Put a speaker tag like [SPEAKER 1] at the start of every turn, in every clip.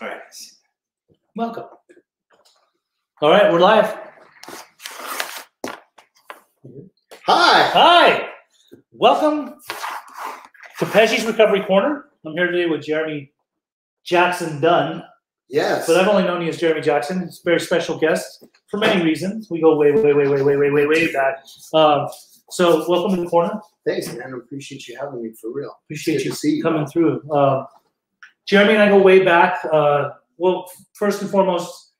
[SPEAKER 1] All right. Welcome. All right, we're live.
[SPEAKER 2] Hi.
[SPEAKER 1] Hi. Welcome to Pesci's Recovery Corner. I'm here today with Jeremy Jackson Dunn,
[SPEAKER 2] Yes.
[SPEAKER 1] but I've only known you as Jeremy Jackson. He's a very special guest for many reasons. We go way, way, way, way, way, way, way, way back. Um, so, welcome to the corner.
[SPEAKER 2] Thanks, man. I appreciate you having me for real.
[SPEAKER 1] Appreciate
[SPEAKER 2] Good
[SPEAKER 1] you
[SPEAKER 2] to see you.
[SPEAKER 1] coming through. Um, Jeremy and I go way back. Uh, well, first and foremost,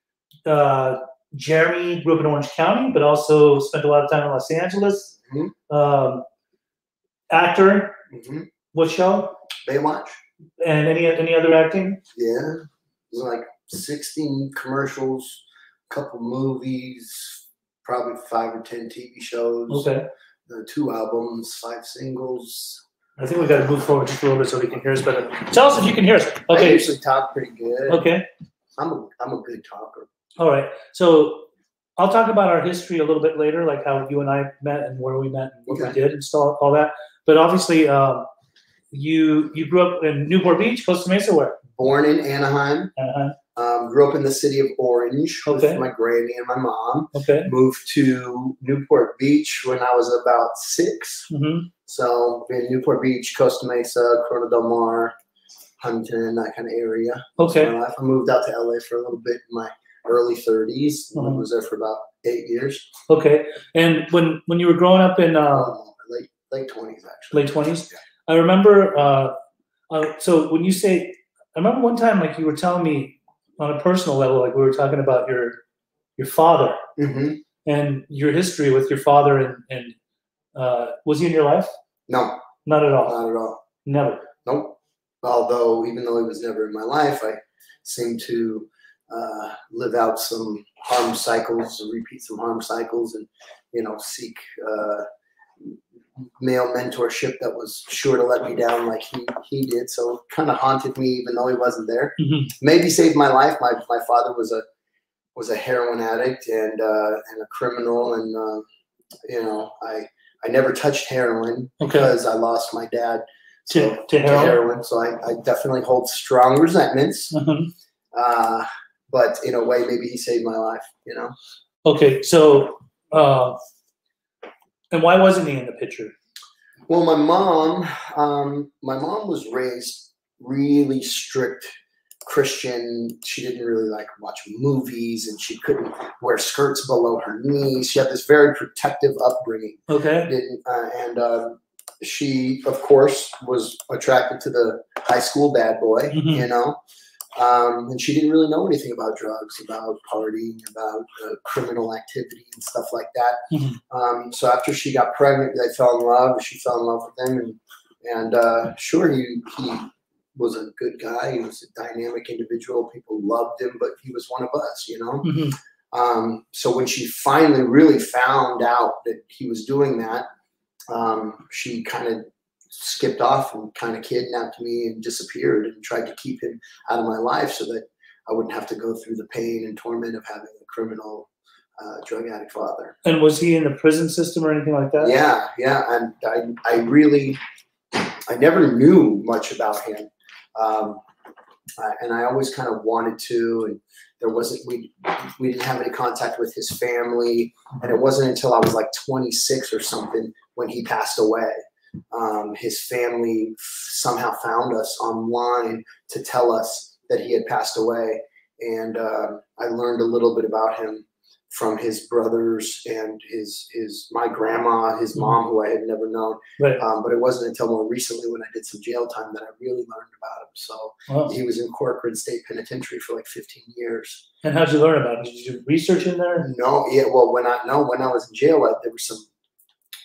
[SPEAKER 1] uh, Jeremy grew up in Orange County, but also spent a lot of time in Los Angeles.
[SPEAKER 2] Mhm.
[SPEAKER 1] Um, actor,
[SPEAKER 2] Mm-hmm.
[SPEAKER 1] what show,
[SPEAKER 2] Baywatch.
[SPEAKER 1] and any any other acting?
[SPEAKER 2] Yeah. It was like 16 commercials, couple movies, probably five or 10 TV shows,
[SPEAKER 1] Okay,
[SPEAKER 2] uh, two albums, five singles.
[SPEAKER 1] I think we got to move forward just a little bit so they can hear us better. Tell us if you can hear us.
[SPEAKER 2] I
[SPEAKER 1] Okay,
[SPEAKER 2] usually talk pretty good.
[SPEAKER 1] okay,
[SPEAKER 2] I'm a, I'm a good talker.
[SPEAKER 1] all right. So I'll talk about our history a little bit later, like how you and I met and where we met and what we
[SPEAKER 2] Okay.
[SPEAKER 1] did and stuff, all that. But obviously, um, you you grew up in Newport Beach, Costa Mesa, where?
[SPEAKER 2] Born in Anaheim,
[SPEAKER 1] Uh-huh.
[SPEAKER 2] um, grew up in the city of Orange
[SPEAKER 1] Okay.
[SPEAKER 2] with my granny and my mom.
[SPEAKER 1] Okay.
[SPEAKER 2] Moved to Newport Beach when I was about six.
[SPEAKER 1] hmm
[SPEAKER 2] So in Newport Beach, Costa Mesa, Corona Del Mar, Huntington, that kind of area.
[SPEAKER 1] Okay.
[SPEAKER 2] My life. I moved out to LA for a little bit in my early 30s. I
[SPEAKER 1] Mhm.
[SPEAKER 2] was there for about eight years.
[SPEAKER 1] Okay. And when when you were growing up in uh,
[SPEAKER 2] Um, late late 20s actually.
[SPEAKER 1] late twenties.
[SPEAKER 2] Yeah.
[SPEAKER 1] I remember. Uh, uh, so when you say, I remember one time, like you were telling me on a personal level, like we were talking about your your father
[SPEAKER 2] hmm
[SPEAKER 1] and your history with your father, and and uh, was he in your life?
[SPEAKER 2] No,
[SPEAKER 1] Not at all.
[SPEAKER 2] not at all.
[SPEAKER 1] Never.
[SPEAKER 2] Nope. Although, even though he was never in my life, I seem to uh, live out some harm cycles, repeat some harm cycles, and you know, seek uh, male mentorship that was sure to let me down, like he he did. So, kind of haunted me, even though he wasn't there.
[SPEAKER 1] Mhm.
[SPEAKER 2] Maybe saved my life. My my father was a was a heroin addict and uh, and a criminal, and uh, you know, I I never touched heroin
[SPEAKER 1] Okay.
[SPEAKER 2] because I lost my dad. So
[SPEAKER 1] To to
[SPEAKER 2] to
[SPEAKER 1] Harold.
[SPEAKER 2] heroin, so I, I definitely hold strong resentments.
[SPEAKER 1] Mhm.
[SPEAKER 2] Uh, but in a way, maybe he saved my life. You know,
[SPEAKER 1] Okay. So. Uh, and why wasn't he in the picture?
[SPEAKER 2] well, my mom, um, my mom was raised really strict Christian. She didn't really like watch movies, and she couldn't wear skirts below her knees. She had this very protective upbringing.
[SPEAKER 1] Okay.
[SPEAKER 2] didn't, uh, and uh, she, of course, was attracted to the high school bad boy,
[SPEAKER 1] Mhm.
[SPEAKER 2] you know. Um, and she didn't really know anything about drugs, about partying, about uh, criminal activity and stuff like that.
[SPEAKER 1] Mhm.
[SPEAKER 2] Um, so after she got pregnant, they fell in love. and She fell in love with him, and and uh, sure, he he was a good guy. He was a dynamic individual. People loved him, but he was one of us, you know.
[SPEAKER 1] Mhm.
[SPEAKER 2] Um, so when she finally really found out that he was doing that, um, she kind of skipped off and kind of kidnapped me and disappeared and tried to keep him out of my life so that I wouldn't have to go through the pain and torment of having a criminal uh, drug addict father.
[SPEAKER 1] And was he in the prison system or anything like that?
[SPEAKER 2] Yeah, yeah, and I, I really, I never knew much about him, um, I- and I always kind of wanted to, and there wasn't we we didn't have any contact with his family, and it wasn't until I was like 26 or something when he passed away. Um, his family somehow found us online to tell us that he had passed away, and um I learned a little bit about him from his brothers and his his my grandma, his mom, who I had never known.
[SPEAKER 1] Right.
[SPEAKER 2] Um, but it wasn't until more recently when I did some jail time that I really learned about him. So
[SPEAKER 1] Wow.
[SPEAKER 2] he was in Corcoran State Penitentiary for like 15 years.
[SPEAKER 1] And how'd you learn about it? Did you do research in there?
[SPEAKER 2] No, yeah, well, when I no, when I was in jail, I, there were some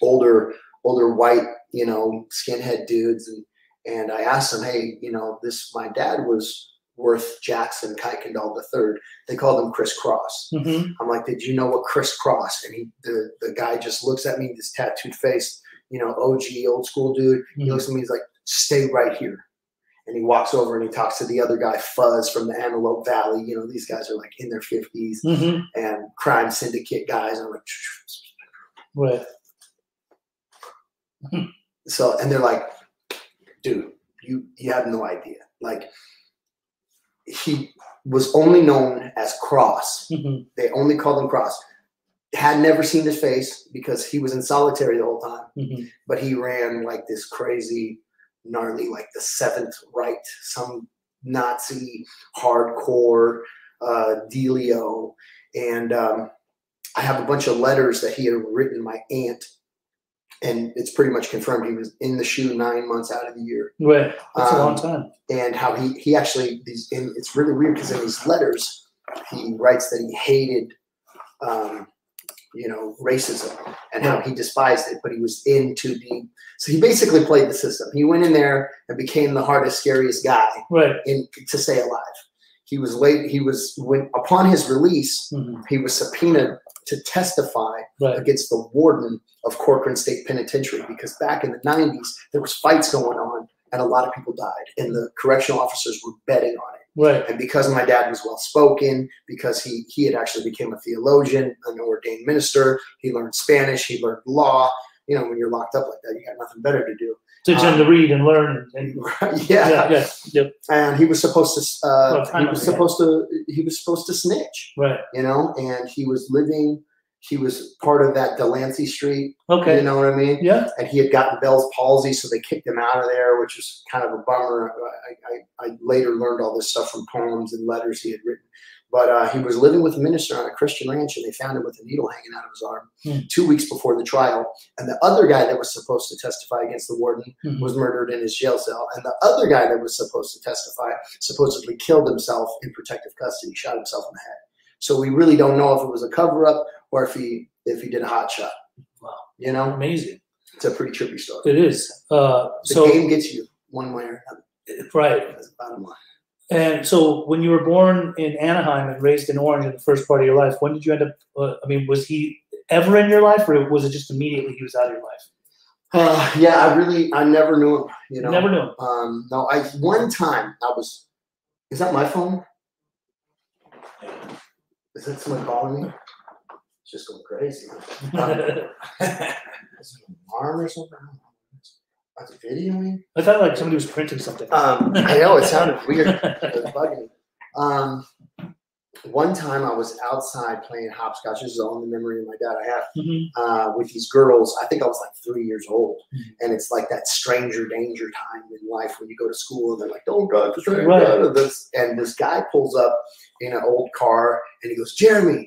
[SPEAKER 2] older older white, you know, skinhead dudes, and and I asked them, hey, you know, this my dad was worth Jackson Kuykendall the third. They called him Chris Cross.
[SPEAKER 1] Mm-hmm.
[SPEAKER 2] I'm like, did you know what crisscross? And he, the, the guy just looks at me, this tattooed face, you know, OG, old school dude. He looks at me, he's like, stay right here. And he walks over and he talks to the other guy, Fuzz from the Antelope Valley. You know, these guys are like in their 50s
[SPEAKER 1] hmm
[SPEAKER 2] and crime syndicate guys. I'm like,
[SPEAKER 1] Right.
[SPEAKER 2] so, and they're like, dude, you, you have no idea. Like, he was only known as Cross.
[SPEAKER 1] Mhm.
[SPEAKER 2] They only called him Cross. Had never seen his face because he was in solitary the whole time,
[SPEAKER 1] Mhm.
[SPEAKER 2] but he ran like this crazy, gnarly, like the Seventh Right, some Nazi hardcore uh, dealio. And um, I have a bunch of letters that he had written my aunt, and it's pretty much confirmed he was in the shoe nine months out of the year
[SPEAKER 1] Right. That's a long
[SPEAKER 2] Um,
[SPEAKER 1] time.
[SPEAKER 2] and how he he actually these and it's really weird because in these letters he writes that he hated um, you know racism and how he despised it but he was in too deep so he basically played the system he went in there and became the hardest scariest guy
[SPEAKER 1] Right.
[SPEAKER 2] in to stay alive he was late he was when upon his release
[SPEAKER 1] Mhm.
[SPEAKER 2] he was subpoenaed to testify
[SPEAKER 1] Right.
[SPEAKER 2] against the warden of Corcoran State Penitentiary because back in the 90s there was fights going on and a lot of people died and the correctional officers were betting on it.
[SPEAKER 1] Right.
[SPEAKER 2] And because my dad was well spoken, because he he had actually became a theologian, an ordained minister, he learned Spanish, he learned law. You know, when you're locked up like that, you got nothing better to do.
[SPEAKER 1] Teach him to read and learn. And,
[SPEAKER 2] Um, yeah.
[SPEAKER 1] yeah. Yeah. Yep.
[SPEAKER 2] And he was supposed to uh,
[SPEAKER 1] Well,
[SPEAKER 2] he
[SPEAKER 1] kind
[SPEAKER 2] was
[SPEAKER 1] of, yeah.
[SPEAKER 2] supposed to he was supposed to snitch,
[SPEAKER 1] Right.
[SPEAKER 2] you know, and he was living he was part of that Delancey Street, you
[SPEAKER 1] Okay.
[SPEAKER 2] know what I mean?
[SPEAKER 1] Yeah.
[SPEAKER 2] and he had gotten Bell's palsy, so they kicked him out of there, which was kind of a bummer. I, I, I later learned all this stuff from poems and letters he had written. But uh, he was living with a minister on a Christian ranch, and they found him with a needle hanging out of his arm
[SPEAKER 1] Hmm.
[SPEAKER 2] two weeks before the trial. And the other guy that was supposed to testify against the warden
[SPEAKER 1] Mhm.
[SPEAKER 2] was murdered in his jail cell, and the other guy that was supposed to testify supposedly killed himself in protective custody, shot himself in the head. So we really don't know if it was a cover up or if he if he did a hot shot.
[SPEAKER 1] Wow.
[SPEAKER 2] You know,
[SPEAKER 1] Amazing.
[SPEAKER 2] it's a pretty trippy story.
[SPEAKER 1] It is. Uh,
[SPEAKER 2] The
[SPEAKER 1] so
[SPEAKER 2] game gets you one way or another.
[SPEAKER 1] right.
[SPEAKER 2] That's the bottom line.
[SPEAKER 1] And so when you were born in Anaheim and raised in Orange in the first part of your life, when did you end up? Uh, I mean, was he ever in your life, or was it just immediately he was out of your life?
[SPEAKER 2] Uh, yeah, I really, I never knew him. You know,
[SPEAKER 1] Never knew. him.
[SPEAKER 2] Um, no, I one time I was. Is that my phone? Is that someone calling me? It's just going crazy. Um, is it an alarm or something? That's videoing.
[SPEAKER 1] I thought like somebody was printing something.
[SPEAKER 2] Um, I know it sounded weird. It was bugging. Um, one time I was outside playing hopscotch. This is the only memory of my dad I have.
[SPEAKER 1] Mhm.
[SPEAKER 2] uh, with these girls. I think I was like three years old,
[SPEAKER 1] Mhm.
[SPEAKER 2] and it's like that stranger danger time in life when you go to school and they're like, "Don't drive the stranger."
[SPEAKER 1] Right.
[SPEAKER 2] da, da, this." And this guy pulls up in an old car, and he goes, "Jeremy,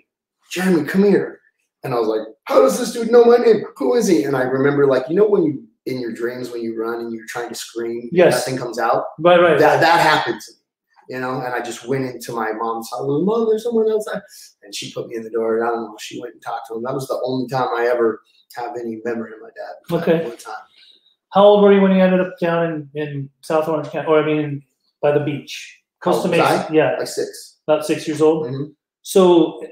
[SPEAKER 2] Jeremy, come here." And I was like, "How does this dude know my name? Who is he?" And I remember, like, you know, when you in your dreams when you run and you're trying to scream,
[SPEAKER 1] Yes.
[SPEAKER 2] nothing comes out.
[SPEAKER 1] Right, right.
[SPEAKER 2] That that happened to me. You know, and I just went into my mom's house. Mom, there's someone outside, and she put me in the door. And I don't know. She went and talked to him. That was the only time I ever have any memory of my dad.
[SPEAKER 1] Okay.
[SPEAKER 2] One time.
[SPEAKER 1] How old were you when you ended up down in, in South Orange County, or I mean, by the beach,
[SPEAKER 2] How old
[SPEAKER 1] Costa
[SPEAKER 2] was
[SPEAKER 1] Mesa? Yeah,
[SPEAKER 2] Like 6
[SPEAKER 1] about six years old.
[SPEAKER 2] Mhm.
[SPEAKER 1] So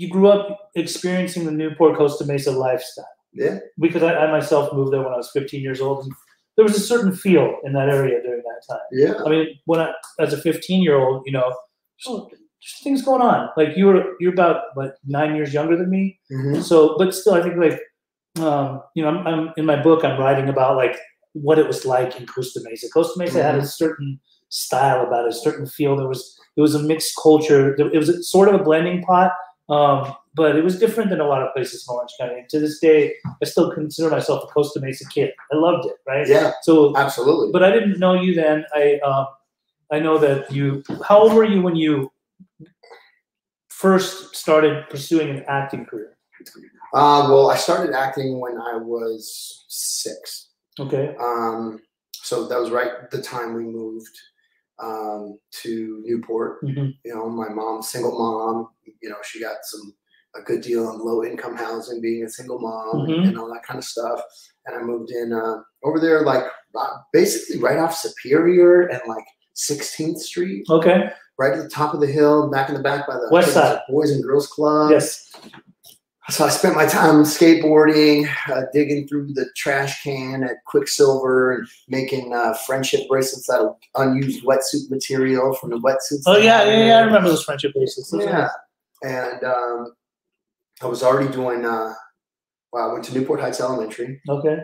[SPEAKER 1] you grew up experiencing the Newport Costa Mesa lifestyle.
[SPEAKER 2] Yeah.
[SPEAKER 1] because I, I myself moved there when I was 15 years old. And there was a certain feel in that area during that time.
[SPEAKER 2] Yeah.
[SPEAKER 1] I mean, when I, as a 15 year old, you know, there's, there's things going on. Like you were, you're about like nine years younger than me.
[SPEAKER 2] Mhm.
[SPEAKER 1] Mm-hmm. So, but still, I think like, um, you know, I'm, I'm in my book, I'm writing about like what it was like in Costa Mesa. Costa Mesa had a certain style about it, a certain feel. There was it was a mixed culture. There- It was a, sort of a blending pot, um, but it was different than a lot of places in Orange County. And to this day, I still consider myself a Costa Mesa kid. I loved it, right?
[SPEAKER 2] Yeah.
[SPEAKER 1] So,
[SPEAKER 2] Absolutely.
[SPEAKER 1] but I didn't know you then. I um, I know that you. How old were you when you first started pursuing an acting career?
[SPEAKER 2] Uh, well, I started acting when I was six.
[SPEAKER 1] Okay.
[SPEAKER 2] Um, so that was right the time we moved um, to Newport.
[SPEAKER 1] Mhm.
[SPEAKER 2] you know, my mom, single mom, you know, she got some a good deal on low income housing, being a single mom
[SPEAKER 1] Mhm.
[SPEAKER 2] and all that kind of stuff. And I moved in uh, over there, like uh, basically right off Superior and like 16th Street,
[SPEAKER 1] Okay.
[SPEAKER 2] right at the top of the hill, back in the back by the
[SPEAKER 1] West side.
[SPEAKER 2] Boys and Girls Club.
[SPEAKER 1] yes.
[SPEAKER 2] So I spent my time skateboarding, uh, digging through the trash can at Quicksilver and making uh, friendship bracelets out of unused wetsuit material from the wetsuits.
[SPEAKER 1] Oh
[SPEAKER 2] that
[SPEAKER 1] yeah,
[SPEAKER 2] I
[SPEAKER 1] yeah, yeah. I
[SPEAKER 2] made.
[SPEAKER 1] remember those friendship bases. Those
[SPEAKER 2] Yeah.
[SPEAKER 1] are-
[SPEAKER 2] And um, I was already doing, uh, well, I went to Newport Heights Elementary
[SPEAKER 1] Okay.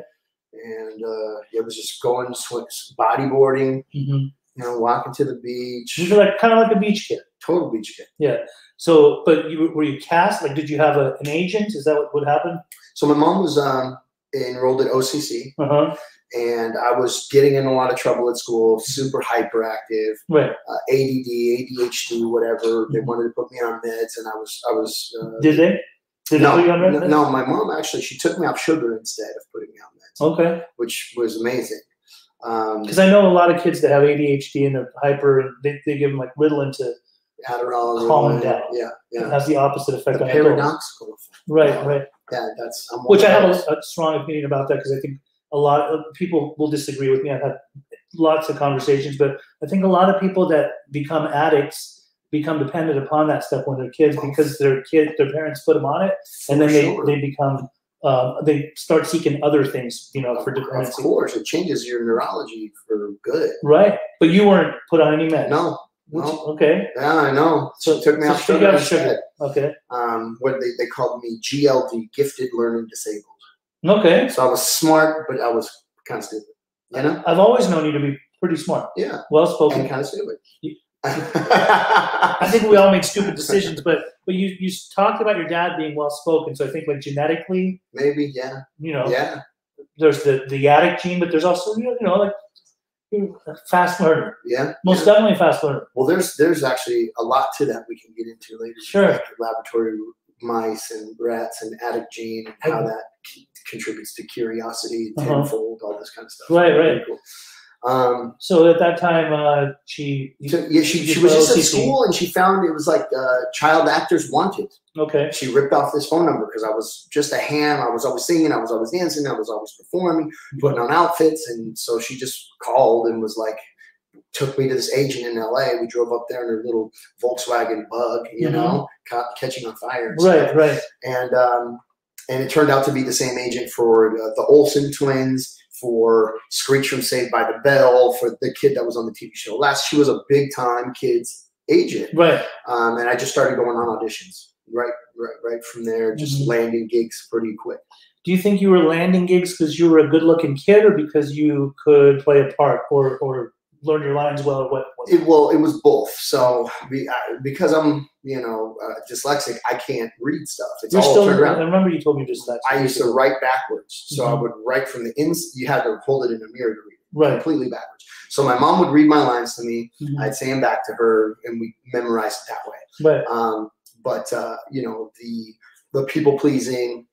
[SPEAKER 2] and uh, it was just going, sw- bodyboarding,
[SPEAKER 1] hmm
[SPEAKER 2] you know, walking to the beach.
[SPEAKER 1] You were like kind of like a beach kid.
[SPEAKER 2] Total beach kid.
[SPEAKER 1] So, but you were you cast? Like, did you have a, an agent? Is that what would happen?
[SPEAKER 2] So my mom was um, enrolled at OCC,
[SPEAKER 1] Uh huh.
[SPEAKER 2] and I was getting in a lot of trouble at school. Super hyperactive,
[SPEAKER 1] Right.
[SPEAKER 2] uh, ADD, ADHD, whatever.
[SPEAKER 1] Mm-hmm.
[SPEAKER 2] They wanted to put me on meds, and I was, I was. Uh,
[SPEAKER 1] Did they? Did
[SPEAKER 2] no,
[SPEAKER 1] they put you on
[SPEAKER 2] no,
[SPEAKER 1] record?
[SPEAKER 2] no, my mom actually she took me off sugar instead of putting me on meds,
[SPEAKER 1] Okay.
[SPEAKER 2] which was amazing. Um,
[SPEAKER 1] Because I know a lot of kids that have ADHD and they're hyper, and they, they give them like Ritalin to
[SPEAKER 2] Adderall,
[SPEAKER 1] Calm
[SPEAKER 2] Ritalin,
[SPEAKER 1] down.
[SPEAKER 2] Yeah,
[SPEAKER 1] it
[SPEAKER 2] yeah.
[SPEAKER 1] has the opposite
[SPEAKER 2] The
[SPEAKER 1] effect on adults.
[SPEAKER 2] paradoxical effect.
[SPEAKER 1] Right. Right.
[SPEAKER 2] Yeah, that's. I'm one
[SPEAKER 1] Which
[SPEAKER 2] of
[SPEAKER 1] I have
[SPEAKER 2] those.
[SPEAKER 1] a, a strong opinion about that because I think a lot of people will disagree with me. I've had lots of conversations, but I think a lot of people that become addicts become dependent upon that stuff when they're kids because their kid, their parents put them on it, and then
[SPEAKER 2] For
[SPEAKER 1] they,
[SPEAKER 2] sure.
[SPEAKER 1] they become uh, they start seeking other things, you know, for
[SPEAKER 2] Of
[SPEAKER 1] dependency.
[SPEAKER 2] course, it changes your neurology for good.
[SPEAKER 1] Right, but you weren't put on any meds.
[SPEAKER 2] No,
[SPEAKER 1] Which-
[SPEAKER 2] no.
[SPEAKER 1] Okay.
[SPEAKER 2] Yeah, I know. So
[SPEAKER 1] So
[SPEAKER 2] it took me
[SPEAKER 1] so
[SPEAKER 2] off
[SPEAKER 1] she
[SPEAKER 2] sugar
[SPEAKER 1] got
[SPEAKER 2] instead.
[SPEAKER 1] Okay.
[SPEAKER 2] Um, what they, they called me GLD, gifted learning disabled.
[SPEAKER 1] Okay.
[SPEAKER 2] So I was smart, but I was kind of stupid. You know?
[SPEAKER 1] I've always known you to be pretty smart,
[SPEAKER 2] Yeah,
[SPEAKER 1] well spoken.
[SPEAKER 2] and kind of stupid.
[SPEAKER 1] You- I
[SPEAKER 2] I
[SPEAKER 1] think we all make stupid decisions, but but you you talked about your dad being well spoken, so I think like genetically,
[SPEAKER 2] maybe yeah,
[SPEAKER 1] you know,
[SPEAKER 2] yeah,
[SPEAKER 1] there's the the addict gene, but there's also you know like you're a fast learner,
[SPEAKER 2] yeah.
[SPEAKER 1] most
[SPEAKER 2] yeah.
[SPEAKER 1] definitely a fast learner.
[SPEAKER 2] Well, there's there's actually a lot to that we can get into later.
[SPEAKER 1] Sure.
[SPEAKER 2] Like laboratory mice and rats and addict gene and how that c- contributes to curiosity,
[SPEAKER 1] Uh-huh.
[SPEAKER 2] tenfold, all this kind of stuff.
[SPEAKER 1] Right,
[SPEAKER 2] Really
[SPEAKER 1] right.
[SPEAKER 2] Cool. Um,
[SPEAKER 1] So at that time, uh, she
[SPEAKER 2] So, yeah, she, she was just at school and she found it was like uh, child actors wanted.
[SPEAKER 1] Okay,
[SPEAKER 2] She ripped off this phone number because I was just a ham. I was always singing, I was always dancing, I was always performing, putting on outfits. And so she just called and was like, took me to this agent in LA. We drove up there in her little Volkswagen bug, you
[SPEAKER 1] Mhm.
[SPEAKER 2] know, caught, catching on fire. and stuff.
[SPEAKER 1] right, right.
[SPEAKER 2] And, um, and it turned out to be the same agent for uh, the Olsen twins. For Screech from Saved by the Bell, for the kid that was on the TV show last, she was a big time kids agent
[SPEAKER 1] Right.
[SPEAKER 2] um, and I just started going on auditions right right right from there, just
[SPEAKER 1] Mhm.
[SPEAKER 2] landing gigs pretty quick.
[SPEAKER 1] Do you think you were landing gigs because you were a good-looking kid, or because you could play a part, or or learn your lines well, or what? what-
[SPEAKER 2] It well, it was both. So be, I, because I'm you know uh, dyslexic, I can't read stuff. It's
[SPEAKER 1] You're
[SPEAKER 2] all
[SPEAKER 1] still.
[SPEAKER 2] turned
[SPEAKER 1] I
[SPEAKER 2] around.
[SPEAKER 1] remember you told me just that.
[SPEAKER 2] I used to write backwards, so I
[SPEAKER 1] Mhm.
[SPEAKER 2] would write from the ins. You had to hold it in a mirror to read. it,
[SPEAKER 1] Right.
[SPEAKER 2] Completely backwards. So my mom would read my lines to me.
[SPEAKER 1] Mhm.
[SPEAKER 2] I'd say them back to her, and we memorized it that way.
[SPEAKER 1] Right.
[SPEAKER 2] um, but uh, you know the the people pleasing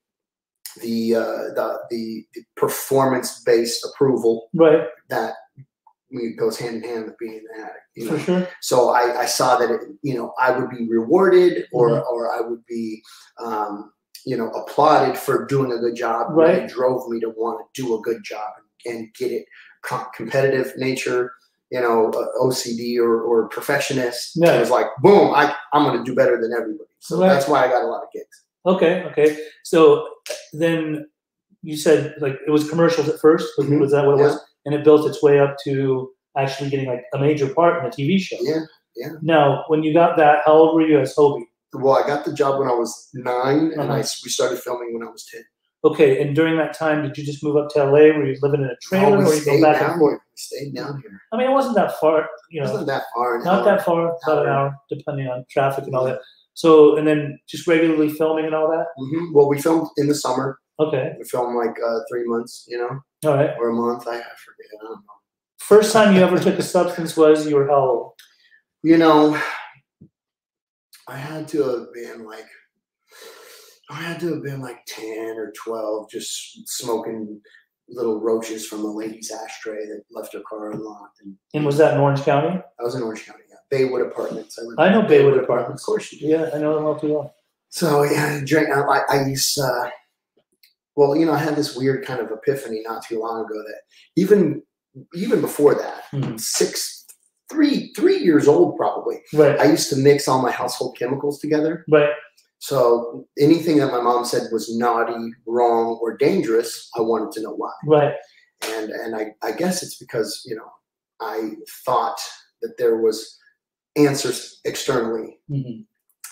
[SPEAKER 2] the uh, the the, the performance based approval
[SPEAKER 1] Right.
[SPEAKER 2] that we- goes hand in hand with being an addict you
[SPEAKER 1] For
[SPEAKER 2] know?
[SPEAKER 1] sure.
[SPEAKER 2] so I, I saw that it, you know i would be rewarded or
[SPEAKER 1] Mhm.
[SPEAKER 2] or i would be um, you know applauded for doing a good job and
[SPEAKER 1] Right.
[SPEAKER 2] it drove me to want to do a good job and get it com- competitive nature you know uh, ocd or, or perfectionist
[SPEAKER 1] Yeah.
[SPEAKER 2] it was like boom I, i'm going to do better than everybody so
[SPEAKER 1] Right.
[SPEAKER 2] that's why i got a lot of gigs
[SPEAKER 1] Okay. Okay. So then you said like it was commercials at first. Was,
[SPEAKER 2] Mhm.
[SPEAKER 1] was that what it was? And it built its way up to actually getting like a major part in a TV show.
[SPEAKER 2] yeah
[SPEAKER 1] Now, when you got that, how old were you as Hobie?
[SPEAKER 2] well i got the job when i was 9 and I,
[SPEAKER 1] Uh-huh.
[SPEAKER 2] s- we started filming when i was 10
[SPEAKER 1] Okay. And during that time, did you just move up to LA? Were you living in a trailer,
[SPEAKER 2] Oh,
[SPEAKER 1] or
[SPEAKER 2] we
[SPEAKER 1] you go
[SPEAKER 2] stayed
[SPEAKER 1] back
[SPEAKER 2] down
[SPEAKER 1] and forth?
[SPEAKER 2] here. we stayed down here
[SPEAKER 1] I mean, it wasn't that far. You
[SPEAKER 2] it
[SPEAKER 1] know,
[SPEAKER 2] wasn't that far an
[SPEAKER 1] not
[SPEAKER 2] hour.
[SPEAKER 1] that far. About an
[SPEAKER 2] hour.
[SPEAKER 1] hour, depending on traffic and all that. So, and then just regularly filming and all that.
[SPEAKER 2] Mhm. well we filmed in the summer
[SPEAKER 1] Okay.
[SPEAKER 2] We film like uh, three months, you know,
[SPEAKER 1] All right.
[SPEAKER 2] or a month. I, I forget. I don't know.
[SPEAKER 1] First time you ever took a substance was you were how old?
[SPEAKER 2] You know, I had to have been like, I had to have been like ten or twelve, just smoking little roaches from a lady's ashtray that left her car unlocked. And
[SPEAKER 1] And was that in Orange County?
[SPEAKER 2] I was in Orange County, yeah. Baywood Apartments. lived
[SPEAKER 1] I
[SPEAKER 2] in
[SPEAKER 1] know Baywood
[SPEAKER 2] Of
[SPEAKER 1] Apartments.
[SPEAKER 2] course you do.
[SPEAKER 1] Yeah, I know them all too well.
[SPEAKER 2] So yeah, I drink. I, I- I used. Uh, well, you know, I had this weird kind of epiphany not too long ago that even even before that.
[SPEAKER 1] Hmm.
[SPEAKER 2] six, three, three years old probably.
[SPEAKER 1] Right,
[SPEAKER 2] I used to mix all my household chemicals together.
[SPEAKER 1] right,
[SPEAKER 2] So anything that my mom said was naughty, wrong, or dangerous, I wanted to know why.
[SPEAKER 1] right.
[SPEAKER 2] And and I, I guess it's because, you know, I thought that there was answers externally
[SPEAKER 1] Mhm.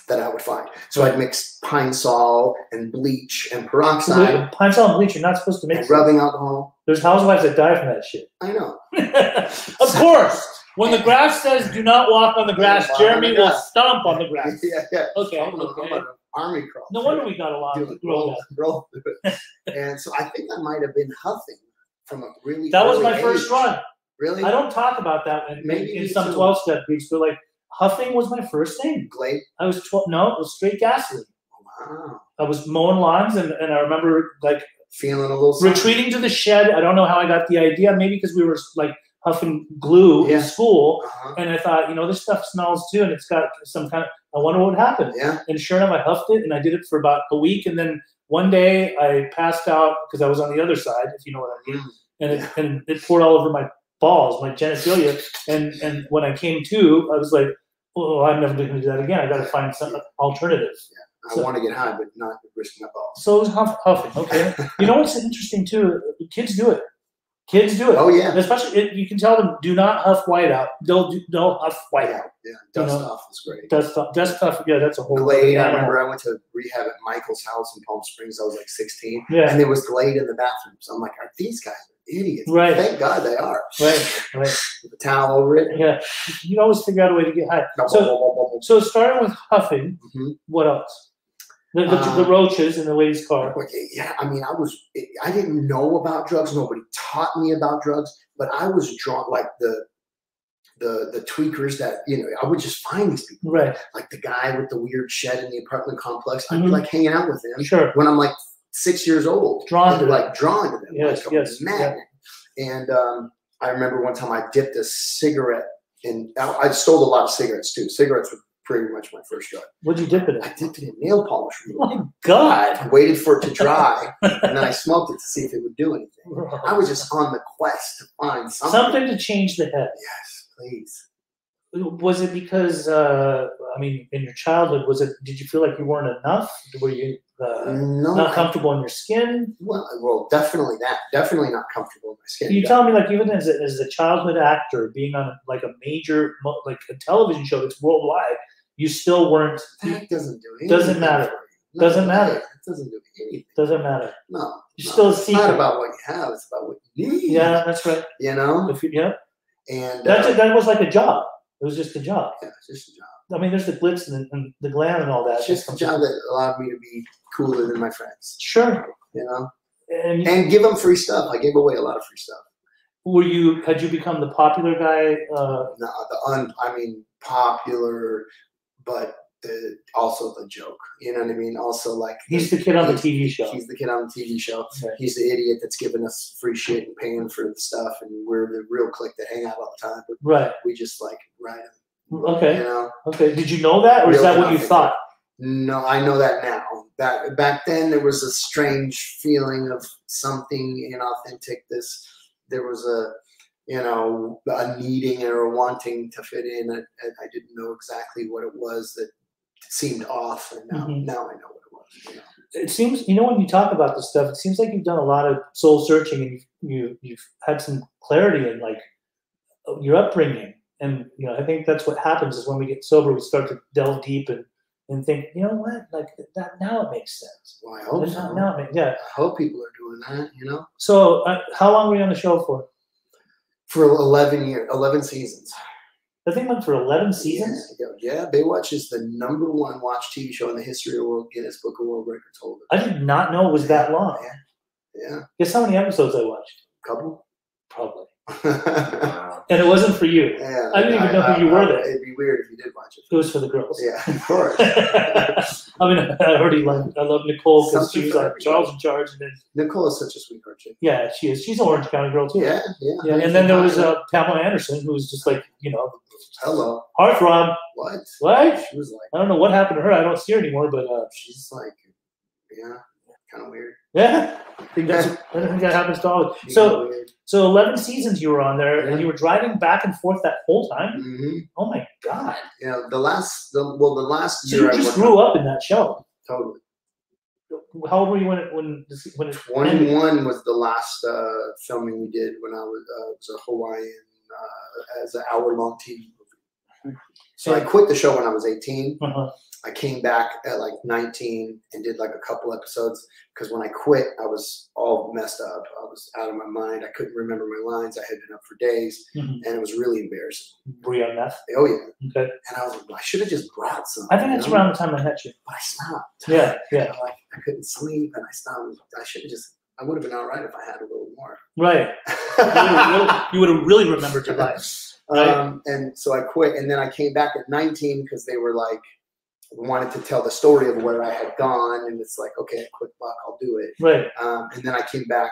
[SPEAKER 2] that I would find. So I'd mix pine sol and bleach and peroxide
[SPEAKER 1] Wait, Pine Sol and bleach, you're not supposed to
[SPEAKER 2] and
[SPEAKER 1] mix.
[SPEAKER 2] rubbing alcohol.
[SPEAKER 1] There's housewives that die from that shit.
[SPEAKER 2] I know.
[SPEAKER 1] of course. When the grass says do not walk on the grass,
[SPEAKER 2] Walk on
[SPEAKER 1] Jeremy
[SPEAKER 2] the
[SPEAKER 1] will
[SPEAKER 2] grass.
[SPEAKER 1] stomp on the grass.
[SPEAKER 2] yeah, yeah.
[SPEAKER 1] Okay,
[SPEAKER 2] I'm gonna- I'm
[SPEAKER 1] okay.
[SPEAKER 2] gonna army crawl.
[SPEAKER 1] No wonder we got along.
[SPEAKER 2] do it,
[SPEAKER 1] grown
[SPEAKER 2] roll,
[SPEAKER 1] up.
[SPEAKER 2] roll through it. And so I think I might have been huffing from a really.
[SPEAKER 1] That was
[SPEAKER 2] early
[SPEAKER 1] my first
[SPEAKER 2] age.
[SPEAKER 1] run.
[SPEAKER 2] Really?
[SPEAKER 1] I don't talk about that in, in,
[SPEAKER 2] Maybe
[SPEAKER 1] in
[SPEAKER 2] you
[SPEAKER 1] some
[SPEAKER 2] too.
[SPEAKER 1] 12 step groups, but like huffing was my first name.
[SPEAKER 2] Glade.
[SPEAKER 1] I was 12, no, it was straight gasoline.
[SPEAKER 2] Wow.
[SPEAKER 1] I was mowing lawns and, and I remember like
[SPEAKER 2] Feeling a little. something.
[SPEAKER 1] retreating to the shed. I don't know how I got the idea, maybe because we were like huffing glue
[SPEAKER 2] Yeah.
[SPEAKER 1] in school.
[SPEAKER 2] Uh-huh.
[SPEAKER 1] And I thought, you know, this stuff smells too, and it's got some kind of. I wonder what would happen.
[SPEAKER 2] Yeah.
[SPEAKER 1] And sure enough, I huffed it, and I did it for about a week, and then one day I passed out because I was on the other side, if you know what I
[SPEAKER 2] Mm.
[SPEAKER 1] mean, and it, and it poured all over my balls, my genitalia, and and when I came to, I was like, oh, I'm never going to do that again. I got to find some alternative.
[SPEAKER 2] I
[SPEAKER 1] So-
[SPEAKER 2] want to get high, but not risk my balls.
[SPEAKER 1] So it was huff, huffing. Okay, you know what's interesting too? Kids do it. Kids do it.
[SPEAKER 2] Oh yeah.
[SPEAKER 1] Especially, it, you can tell them, do not huff white out. They'll do, don't huff white out.
[SPEAKER 2] Yeah. Yeah. Dust
[SPEAKER 1] know.
[SPEAKER 2] off is great.
[SPEAKER 1] Dust off, dust off. Yeah, that's a whole.
[SPEAKER 2] Glade. I
[SPEAKER 1] animal.
[SPEAKER 2] remember I went to rehab at Michael's house in Palm Springs. I was like 16,
[SPEAKER 1] Yeah,
[SPEAKER 2] and there was Glade in the bathroom. So I'm like, are these guys idiots?
[SPEAKER 1] Right.
[SPEAKER 2] Thank God they are.
[SPEAKER 1] right, right.
[SPEAKER 2] With a towel over it.
[SPEAKER 1] Yeah, you can always figure out a way to get high.
[SPEAKER 2] Blah, blah,
[SPEAKER 1] So-
[SPEAKER 2] blah, blah, blah, blah.
[SPEAKER 1] So starting with huffing,
[SPEAKER 2] Mhm.
[SPEAKER 1] what else? The, the,
[SPEAKER 2] Uh,
[SPEAKER 1] the roaches in the lady's car.
[SPEAKER 2] Okay, yeah, I mean, I was, I didn't know about drugs. Nobody taught me about drugs, but I was drawn like the, the, the tweakers that you know. I would just find these people,
[SPEAKER 1] Right,
[SPEAKER 2] like the guy with the weird shed in the apartment complex. I'd be
[SPEAKER 1] Mhm.
[SPEAKER 2] like hanging out with him
[SPEAKER 1] sure.
[SPEAKER 2] when I'm like six years old,
[SPEAKER 1] Drawn
[SPEAKER 2] and,
[SPEAKER 1] to
[SPEAKER 2] like drawn to them,
[SPEAKER 1] Yes,
[SPEAKER 2] like a
[SPEAKER 1] yes,
[SPEAKER 2] magnet. And um, I remember one time I dipped a cigarette in. I, I stole a lot of cigarettes too. Cigarettes were pretty much my first drug.
[SPEAKER 1] What'd you dip it in?
[SPEAKER 2] I dipped it in nail polish remover.
[SPEAKER 1] My God.
[SPEAKER 2] I waited for it to dry, and then I smoked it to see if it would do anything. I
[SPEAKER 1] Bro.
[SPEAKER 2] was just on the quest to find something.
[SPEAKER 1] Something to change the head.
[SPEAKER 2] Yes, please.
[SPEAKER 1] Was it because, uh, I mean, in your childhood, was it? Did you feel like you weren't enough? Were you uh,
[SPEAKER 2] No,
[SPEAKER 1] not
[SPEAKER 2] I,
[SPEAKER 1] comfortable in your skin?
[SPEAKER 2] well, well, definitely that. Definitely not comfortable in my skin.
[SPEAKER 1] you tell me like even as a, as a childhood actor being on like a major mo- like a television show that's worldwide you still weren't
[SPEAKER 2] that doesn't do anything.
[SPEAKER 1] Doesn't matter.
[SPEAKER 2] for you.
[SPEAKER 1] Doesn't matter.
[SPEAKER 2] It doesn't do anything.
[SPEAKER 1] doesn't matter
[SPEAKER 2] No,
[SPEAKER 1] you're
[SPEAKER 2] no.
[SPEAKER 1] still a
[SPEAKER 2] It's not
[SPEAKER 1] secret.
[SPEAKER 2] about what you have. It's about what you need.
[SPEAKER 1] yeah that's right
[SPEAKER 2] you know.
[SPEAKER 1] If you- yeah
[SPEAKER 2] And
[SPEAKER 1] that's
[SPEAKER 2] uh,
[SPEAKER 1] it, that was like a job it was just a job
[SPEAKER 2] yeah, it's just a job.
[SPEAKER 1] i mean there's the glitz and, and the glam and all that
[SPEAKER 2] It's just a job that allowed me to be cooler than my friends.
[SPEAKER 1] sure
[SPEAKER 2] You know,
[SPEAKER 1] and
[SPEAKER 2] and give them free stuff. I gave away a lot of free stuff.
[SPEAKER 1] were you had you become the popular guy uh
[SPEAKER 2] no, the un I mean popular, but the also the joke. You know what I mean? Also like
[SPEAKER 1] he's the kid on the tv
[SPEAKER 2] he's-
[SPEAKER 1] show
[SPEAKER 2] He's the kid on the TV show.
[SPEAKER 1] Right.
[SPEAKER 2] He's the idiot that's giving us free shit and paying for the stuff, and we're the real clique that hang out all the time. But
[SPEAKER 1] right
[SPEAKER 2] we just like ride him. You
[SPEAKER 1] okay
[SPEAKER 2] know?
[SPEAKER 1] okay did you know that or is
[SPEAKER 2] Real
[SPEAKER 1] that what you
[SPEAKER 2] confident.
[SPEAKER 1] thought
[SPEAKER 2] No, I know that now. That back then there was a strange feeling of something inauthentic. This there was a you know a needing or a wanting to fit in. I, I- I didn't know exactly what it was that seemed off, and now
[SPEAKER 1] Mhm.
[SPEAKER 2] now I know what it was. You know?
[SPEAKER 1] it seems you know when you talk about this stuff it seems like you've done a lot of soul searching and you've you, you've had some clarity in like your upbringing and you know i think that's what happens is when we get sober we start to delve deep and and think you know what like that now it makes sense
[SPEAKER 2] Well, I hope
[SPEAKER 1] Now-
[SPEAKER 2] so.
[SPEAKER 1] now it makes, yeah
[SPEAKER 2] I hope people are doing that. You know,
[SPEAKER 1] so uh, how long were you on the show for
[SPEAKER 2] for eleven year, eleven seasons.
[SPEAKER 1] i think like for 11 seasons
[SPEAKER 2] Yeah, yeah, Baywatch is the number one watch TV show in the history of the world. Guinness Book of World Records holder.
[SPEAKER 1] i did not know it was that long
[SPEAKER 2] Yeah,
[SPEAKER 1] guess how many episodes i watched
[SPEAKER 2] couple.
[SPEAKER 1] probably
[SPEAKER 2] wow.
[SPEAKER 1] and it wasn't for you
[SPEAKER 2] Yeah,
[SPEAKER 1] I didn't even know who you were then.
[SPEAKER 2] It'd be weird if you did watch it.
[SPEAKER 1] it was for the girls
[SPEAKER 2] Yeah, of course.
[SPEAKER 1] I mean, I already love I love Nicole because
[SPEAKER 2] Something
[SPEAKER 1] she was
[SPEAKER 2] for
[SPEAKER 1] on
[SPEAKER 2] everybody.
[SPEAKER 1] Charles in Charge, and then
[SPEAKER 2] Nicole is such a sweetheart, chick.
[SPEAKER 1] yeah, she is. She's an Orange County girl too.
[SPEAKER 2] Yeah, yeah.
[SPEAKER 1] Yeah, and then there was uh, Pamela Anderson, who was just like you know,
[SPEAKER 2] hello.
[SPEAKER 1] heartthrob.
[SPEAKER 2] What?
[SPEAKER 1] What?
[SPEAKER 2] She was like,
[SPEAKER 1] I don't know what happened to her. I don't see her anymore, but uh,
[SPEAKER 2] she's like, yeah, kind of weird.
[SPEAKER 1] yeah, I think that's I think that happens to all. of us.
[SPEAKER 2] Kinda
[SPEAKER 1] So
[SPEAKER 2] weird.
[SPEAKER 1] so eleven seasons you were on there,
[SPEAKER 2] Yeah.
[SPEAKER 1] and you were driving back and forth that whole time.
[SPEAKER 2] Mhm.
[SPEAKER 1] Oh my god!
[SPEAKER 2] you know, the last, the well, the last
[SPEAKER 1] So
[SPEAKER 2] year
[SPEAKER 1] you
[SPEAKER 2] I
[SPEAKER 1] just
[SPEAKER 2] worked
[SPEAKER 1] grew up in that show.
[SPEAKER 2] totally.
[SPEAKER 1] How old were you when it, when this, when it ended?
[SPEAKER 2] Twenty-one was the last uh, filming we did when I was uh, it was a Hawaiian uh, as an hour-long TV movie. So I quit the show when I was eighteen.
[SPEAKER 1] Uh-huh.
[SPEAKER 2] I came back at like 19 and did like a couple episodes because when I quit, I was all messed up. I was out of my mind. I couldn't remember my lines. I had been up for days,
[SPEAKER 1] Mhm.
[SPEAKER 2] and it was really embarrassing.
[SPEAKER 1] Were you on meth?
[SPEAKER 2] Oh yeah,
[SPEAKER 1] Okay.
[SPEAKER 2] and I was like, I should have just brought some.
[SPEAKER 1] I think it's
[SPEAKER 2] you know?
[SPEAKER 1] around the time I met you.
[SPEAKER 2] But I stopped.
[SPEAKER 1] Yeah,
[SPEAKER 2] You
[SPEAKER 1] yeah.
[SPEAKER 2] know, like I couldn't sleep, and I stopped. I should have just. I would have been all right if I had a little more.
[SPEAKER 1] Right. You would have really, you would have really remembered your life. Right.
[SPEAKER 2] Um, and so I quit, and then I came back at 19 because they were like wanted to tell the story of where I had gone, and it's like, okay, I quit, fuck, I'll do it.
[SPEAKER 1] Right.
[SPEAKER 2] Um, and then I came back,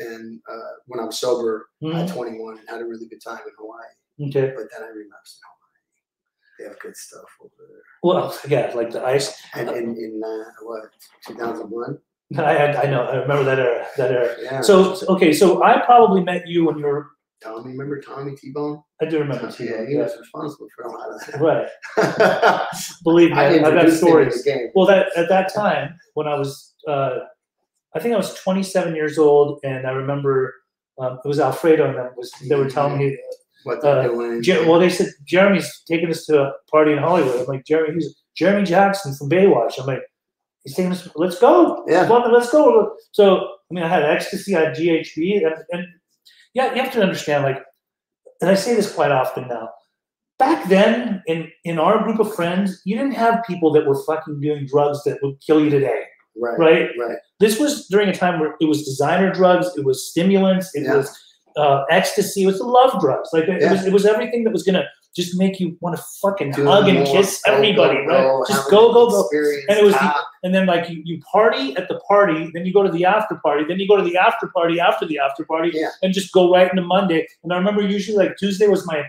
[SPEAKER 2] and uh, when I was sober
[SPEAKER 1] Mhm.
[SPEAKER 2] at 21, and had a really good time in Hawaii.
[SPEAKER 1] Okay.
[SPEAKER 2] But then I relapsed in Hawaii. They have good stuff over there.
[SPEAKER 1] Well, yeah, like the ice.
[SPEAKER 2] And in in uh, what 2001?
[SPEAKER 1] I, I, I know. I remember that era. That era.
[SPEAKER 2] Yeah.
[SPEAKER 1] So okay, so I probably met you when you were.
[SPEAKER 2] Tommy, remember Tommy T-Bone?
[SPEAKER 1] I do remember too.
[SPEAKER 2] yeah, he was responsible for a lot of that.
[SPEAKER 1] Right.
[SPEAKER 2] I
[SPEAKER 1] Believe me, I've got
[SPEAKER 2] introduced him to the
[SPEAKER 1] stories.
[SPEAKER 2] game.
[SPEAKER 1] Well, that at that time when I was, uh, I think I was 27 years old, and I remember um, it was Alfredo and them was they were telling me.
[SPEAKER 2] What they're
[SPEAKER 1] Uh,
[SPEAKER 2] doing?
[SPEAKER 1] Jer- well, they said Jeremy's taking us to a party in Hollywood. I'm like Jeremy, who's Jeremy Jackson from Baywatch? I'm like, he's taking us. Let's go.
[SPEAKER 2] yeah.
[SPEAKER 1] Well, let's go. So, I mean, I had ecstasy, I had GHB, and, and yeah, you have to understand, like, and I say this quite often now. Back then, in in our group of friends, you didn't have people that were fucking doing drugs that would kill you today,
[SPEAKER 2] Right.
[SPEAKER 1] right?
[SPEAKER 2] Right.
[SPEAKER 1] This was during a time where it was designer drugs, it was stimulants, it
[SPEAKER 2] Yeah.
[SPEAKER 1] was uh, ecstasy, it was the love drugs. Like it,
[SPEAKER 2] Yeah.
[SPEAKER 1] was, it was everything that was gonna just make you want to fucking
[SPEAKER 2] Do
[SPEAKER 1] hug and
[SPEAKER 2] more,
[SPEAKER 1] kiss
[SPEAKER 2] go, go,
[SPEAKER 1] everybody,
[SPEAKER 2] go,
[SPEAKER 1] right?
[SPEAKER 2] have
[SPEAKER 1] Just
[SPEAKER 2] a
[SPEAKER 1] go, go, go
[SPEAKER 2] experience,
[SPEAKER 1] And it was the-
[SPEAKER 2] ah,
[SPEAKER 1] and then like you, you party at the party, then you go to the after party, then you go to the after party after the after party,
[SPEAKER 2] Yeah.
[SPEAKER 1] and just go right into Monday. And I remember usually like Tuesday was my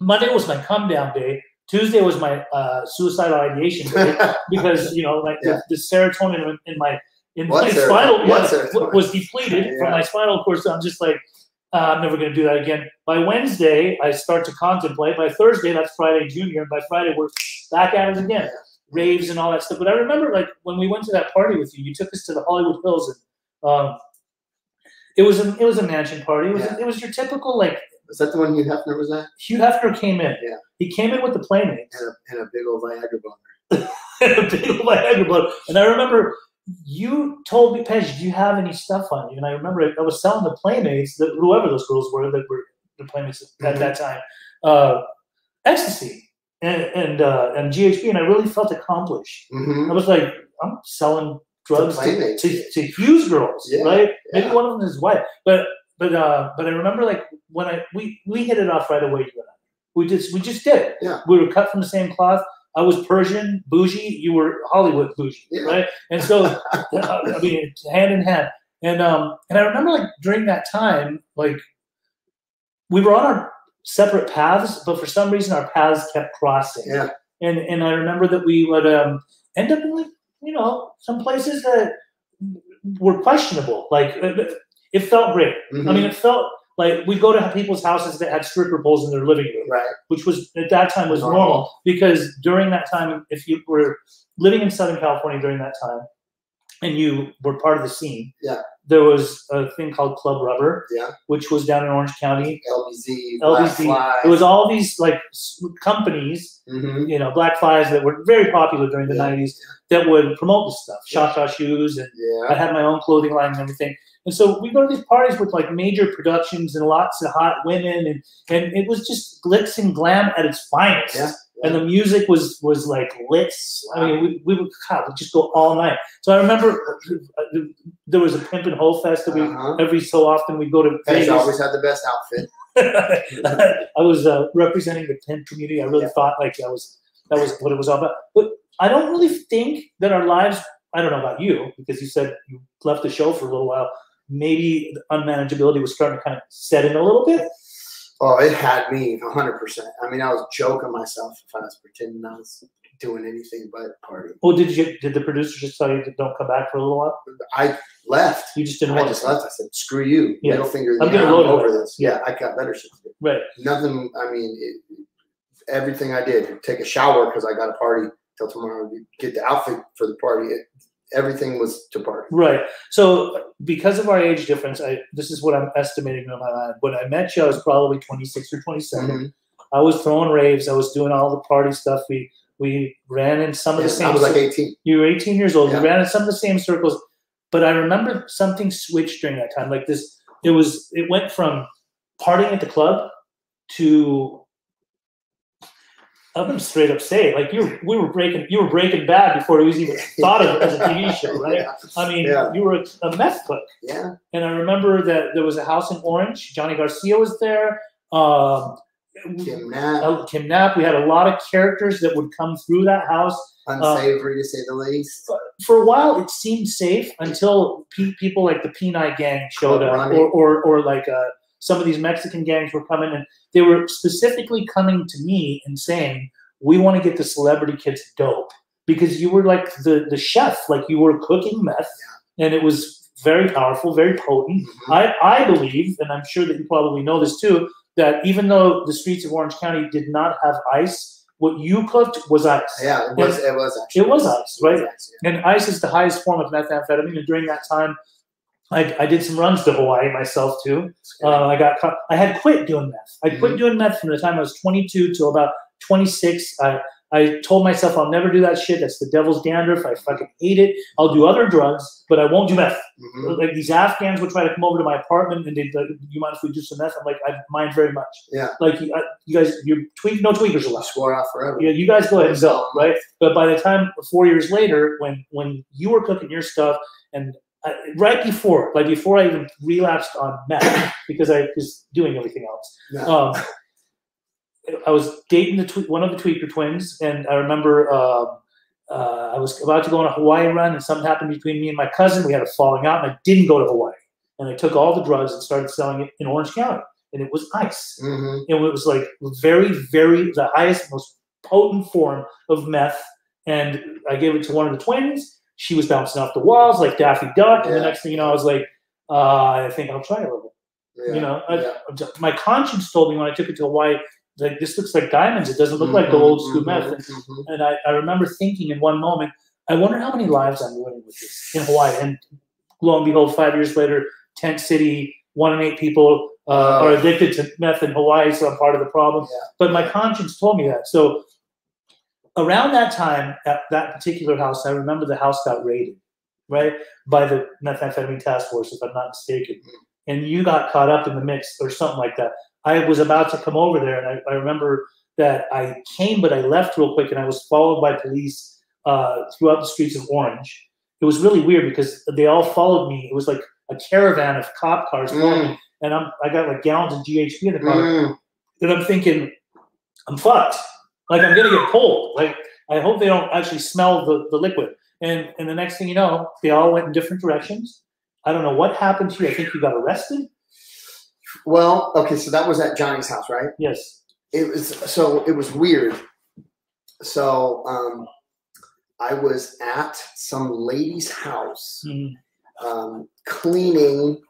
[SPEAKER 1] Monday was my come down day. Tuesday was my uh, suicidal ideation day because you know like
[SPEAKER 2] Yeah.
[SPEAKER 1] the, the serotonin in, in my in
[SPEAKER 2] What
[SPEAKER 1] my
[SPEAKER 2] serotonin?
[SPEAKER 1] spinal
[SPEAKER 2] What
[SPEAKER 1] yeah,
[SPEAKER 2] serotonin?
[SPEAKER 1] w- was depleted
[SPEAKER 2] Yeah.
[SPEAKER 1] from my spinal cord. So I'm just like, uh, I'm never going to do that again. By Wednesday, I start to contemplate. By Thursday, that's Friday Junior, and by Friday we're back at it again, raves and all that stuff. But I remember like when we went to that party with you, you took us to the Hollywood Hills, and um, it was a, it was a mansion party. It was
[SPEAKER 2] Yeah.
[SPEAKER 1] it was your typical like
[SPEAKER 2] was that the one Hugh Hefner was at?
[SPEAKER 1] Hugh Hefner came in.
[SPEAKER 2] Yeah.
[SPEAKER 1] He came in with the playmates.
[SPEAKER 2] And a, and a big old Viagra bone.
[SPEAKER 1] Big Viagra blood. And I remember you told me, Pej, do you have any stuff on you? And I remember I was telling the playmates, that whoever those girls were that were the playmates at that time, uh, ecstasy and and, uh, and GHB, and I really felt accomplished. I
[SPEAKER 2] Mm-hmm.
[SPEAKER 1] was like, I'm selling drugs to,
[SPEAKER 2] playmates.
[SPEAKER 1] to, to Hughes girls,
[SPEAKER 2] Yeah,
[SPEAKER 1] right? Maybe
[SPEAKER 2] yeah.
[SPEAKER 1] one of them is white, but but uh, but I remember like when I we we hit it off right away. You and I, we just we just did it.
[SPEAKER 2] Yeah.
[SPEAKER 1] we were cut from the same cloth. I was Persian bougie, you were Hollywood bougie,
[SPEAKER 2] Yeah.
[SPEAKER 1] right? And so uh, I mean, it's hand in hand. And um, and I remember like during that time, like we were on our separate paths, but for some reason our paths kept crossing.
[SPEAKER 2] Yeah.
[SPEAKER 1] And and I remember that we would um end up in like you know some places that were questionable. Like it- it felt great.
[SPEAKER 2] Mm-hmm.
[SPEAKER 1] I mean, it felt like we go to people's houses that had stripper poles in their living room
[SPEAKER 2] right.
[SPEAKER 1] which was at that time was
[SPEAKER 2] Normal.
[SPEAKER 1] normal. because during that time, if you were living in Southern California during that time, and you were part of the scene,
[SPEAKER 2] Yeah.
[SPEAKER 1] there was a thing called Club Rubber,
[SPEAKER 2] Yeah.
[SPEAKER 1] which was down in Orange County.
[SPEAKER 2] LBZ. Black
[SPEAKER 1] LBC.
[SPEAKER 2] Fly.
[SPEAKER 1] It was all these like s- companies,
[SPEAKER 2] hmm
[SPEAKER 1] you know, Black Flies that were very popular during the
[SPEAKER 2] Yeah.
[SPEAKER 1] '90s that would promote this stuff, Shot Shot Shoes, and I
[SPEAKER 2] Yeah.
[SPEAKER 1] had my own clothing line and everything. And so we go to these parties with like major productions and lots of hot women, and, and it was just glitz and glam at its finest.
[SPEAKER 2] Yeah,
[SPEAKER 1] And the music was was like lit. I mean, we, we would God, we just go all night. So I remember uh, there was a pimp and hoe fest that we
[SPEAKER 2] Uh-huh.
[SPEAKER 1] every so often we go to
[SPEAKER 2] Hey, you
[SPEAKER 1] Vegas.
[SPEAKER 2] always had the best outfit.
[SPEAKER 1] I was uh, representing the tent community. I really
[SPEAKER 2] Yeah.
[SPEAKER 1] thought like that was that was what it was all about. But I don't really think that our lives. I don't know about you because you said you left the show for a little while. Maybe the unmanageability was starting to kind of set in a little bit.
[SPEAKER 2] Oh, it had me 100%. I mean, I was joking myself if I was pretending I was doing anything but party.
[SPEAKER 1] Well, did you? Did the producer just tell you to don't come back for a little while?
[SPEAKER 2] I left.
[SPEAKER 1] You just didn't
[SPEAKER 2] I
[SPEAKER 1] want
[SPEAKER 2] just
[SPEAKER 1] to,
[SPEAKER 2] left. I said, "Screw you,
[SPEAKER 1] Yeah.
[SPEAKER 2] middle finger.
[SPEAKER 1] I'm
[SPEAKER 2] I'm
[SPEAKER 1] getting
[SPEAKER 2] getting
[SPEAKER 1] loaded.
[SPEAKER 2] over this.
[SPEAKER 1] Yeah.
[SPEAKER 2] Yeah, I got better shit to do.
[SPEAKER 1] right?
[SPEAKER 2] Nothing. I mean, it, everything I did. Take a shower because I got a party till tomorrow. Get the outfit for the party. It, everything was to party.
[SPEAKER 1] Right. So because of our age difference, I this is what I'm estimating in my mind. When I met you, I was probably 26 or 27.
[SPEAKER 2] Mhm.
[SPEAKER 1] I was throwing raves. I was doing all the party stuff. We We ran in some of the
[SPEAKER 2] Yeah,
[SPEAKER 1] same.
[SPEAKER 2] I was like
[SPEAKER 1] cir-
[SPEAKER 2] 18.
[SPEAKER 1] you were 18 years old.
[SPEAKER 2] Yeah.
[SPEAKER 1] We ran in some of the same circles, but I remember something switched during that time. Like this, it was it went from partying at the club to I'm gonna straight up say it. Like you, we were breaking, you were breaking bad before it was even thought of as a TV show, right?
[SPEAKER 2] Yeah.
[SPEAKER 1] I mean,
[SPEAKER 2] Yeah.
[SPEAKER 1] you were a meth cook.
[SPEAKER 2] yeah.
[SPEAKER 1] And I remember that there was a house in Orange. Johnny Garcia was there. Um,
[SPEAKER 2] Kim Nat,
[SPEAKER 1] El- Kim Knapp. We had a lot of characters that would come through that house.
[SPEAKER 2] unsavory to say the least.
[SPEAKER 1] For a while, it seemed safe until pe- people like the P9 gang showed
[SPEAKER 2] Club
[SPEAKER 1] up,
[SPEAKER 2] Ronnie.
[SPEAKER 1] or, or, or like uh, some of these Mexican gangs were coming, and they were specifically coming to me and saying, "We want to get the celebrity kids dope because you were like the the chef, like you were cooking meth, and it was very powerful, very potent."
[SPEAKER 2] Mhm.
[SPEAKER 1] I, I believe, and I'm sure that you probably know this too, that even though the streets of Orange County did not have ice, what you cooked was ice.
[SPEAKER 2] Yeah, it was. It was actually.
[SPEAKER 1] It was ice,
[SPEAKER 2] It was
[SPEAKER 1] right?
[SPEAKER 2] ice,
[SPEAKER 1] And ice is the highest form of methamphetamine. And during that time, I, I did some runs to Hawaii myself too.
[SPEAKER 2] yeah.
[SPEAKER 1] Uh, I got caught. I had quit doing meth. I quit doing meth from the time I was 22 till about 26. I, I told myself I'll never do that shit. That's the devil's dandruff. I fucking hate it. I'll do other drugs, but I won't do meth
[SPEAKER 2] Mhm.
[SPEAKER 1] like these Afghans would try to come over to my apartment and they'd be like, "Do you mind if we do some meth?" I'm like, "I mind very much."
[SPEAKER 2] Yeah.
[SPEAKER 1] Like you, I, you guys, you're tweak, no tweakers
[SPEAKER 2] I
[SPEAKER 1] allowed.
[SPEAKER 2] swore off forever.
[SPEAKER 1] Yeah, you guys go ahead and go, right? But by the time four years later, when when you were cooking your stuff, and I, right before, like before I even relapsed on meth because I was doing everything else.
[SPEAKER 2] Yeah.
[SPEAKER 1] Um, I was dating the twe- one of the Tweaker twins, and I remember um uh, I was about to go on a Hawaii run, and something happened between me and my cousin. We had a falling out, and I didn't go to Hawaii. And I took all the drugs and started selling it in Orange County, and it was ice
[SPEAKER 2] Mhm.
[SPEAKER 1] and it was like very, very the highest, most potent form of meth. And I gave it to one of the twins. She was bouncing off the walls like Daffy Duck. And the
[SPEAKER 2] Yeah.
[SPEAKER 1] next thing you know, I was like, uh, I think I'll try a little bit.
[SPEAKER 2] Yeah.
[SPEAKER 1] You know, I,
[SPEAKER 2] Yeah.
[SPEAKER 1] my conscience told me when I took it to Hawaii, like this looks like diamonds. It doesn't look like the
[SPEAKER 2] Mhm,
[SPEAKER 1] old school
[SPEAKER 2] mhm,
[SPEAKER 1] meth.
[SPEAKER 2] mhm.
[SPEAKER 1] And I, I remember thinking in one moment, I wonder how many lives I'm ruining with this in Hawaii. And lo and behold, five years later, tent city, one in eight people uh, are addicted to meth in Hawaii, so I'm part of the problem.
[SPEAKER 2] Yeah.
[SPEAKER 1] But my conscience told me that. So around that time, at that particular house, I remember the house got raided, right, by the methamphetamine task force, if I'm not mistaken. And you got caught up in the mix or something like that. I was about to come over there, and I, I remember that I came, but I left real quick, and I was followed by police uh, throughout the streets of Orange. It was really weird because they all followed me. It was like a caravan of cop cars,
[SPEAKER 2] Mm.
[SPEAKER 1] and I'm I got like gallons of GHB in the car,
[SPEAKER 2] Mm.
[SPEAKER 1] and I'm thinking, I'm fucked. Like I'm gonna get pulled. Like I hope they don't actually smell the, the liquid. And and the next thing you know, they all went in different directions. I don't know what happened to you. I think you got arrested.
[SPEAKER 2] Well, okay, so that was at Johnny's house, right?
[SPEAKER 1] Yes.
[SPEAKER 2] It was so it was weird. So um, I was at some lady's house
[SPEAKER 1] Mm,
[SPEAKER 2] um, cleaning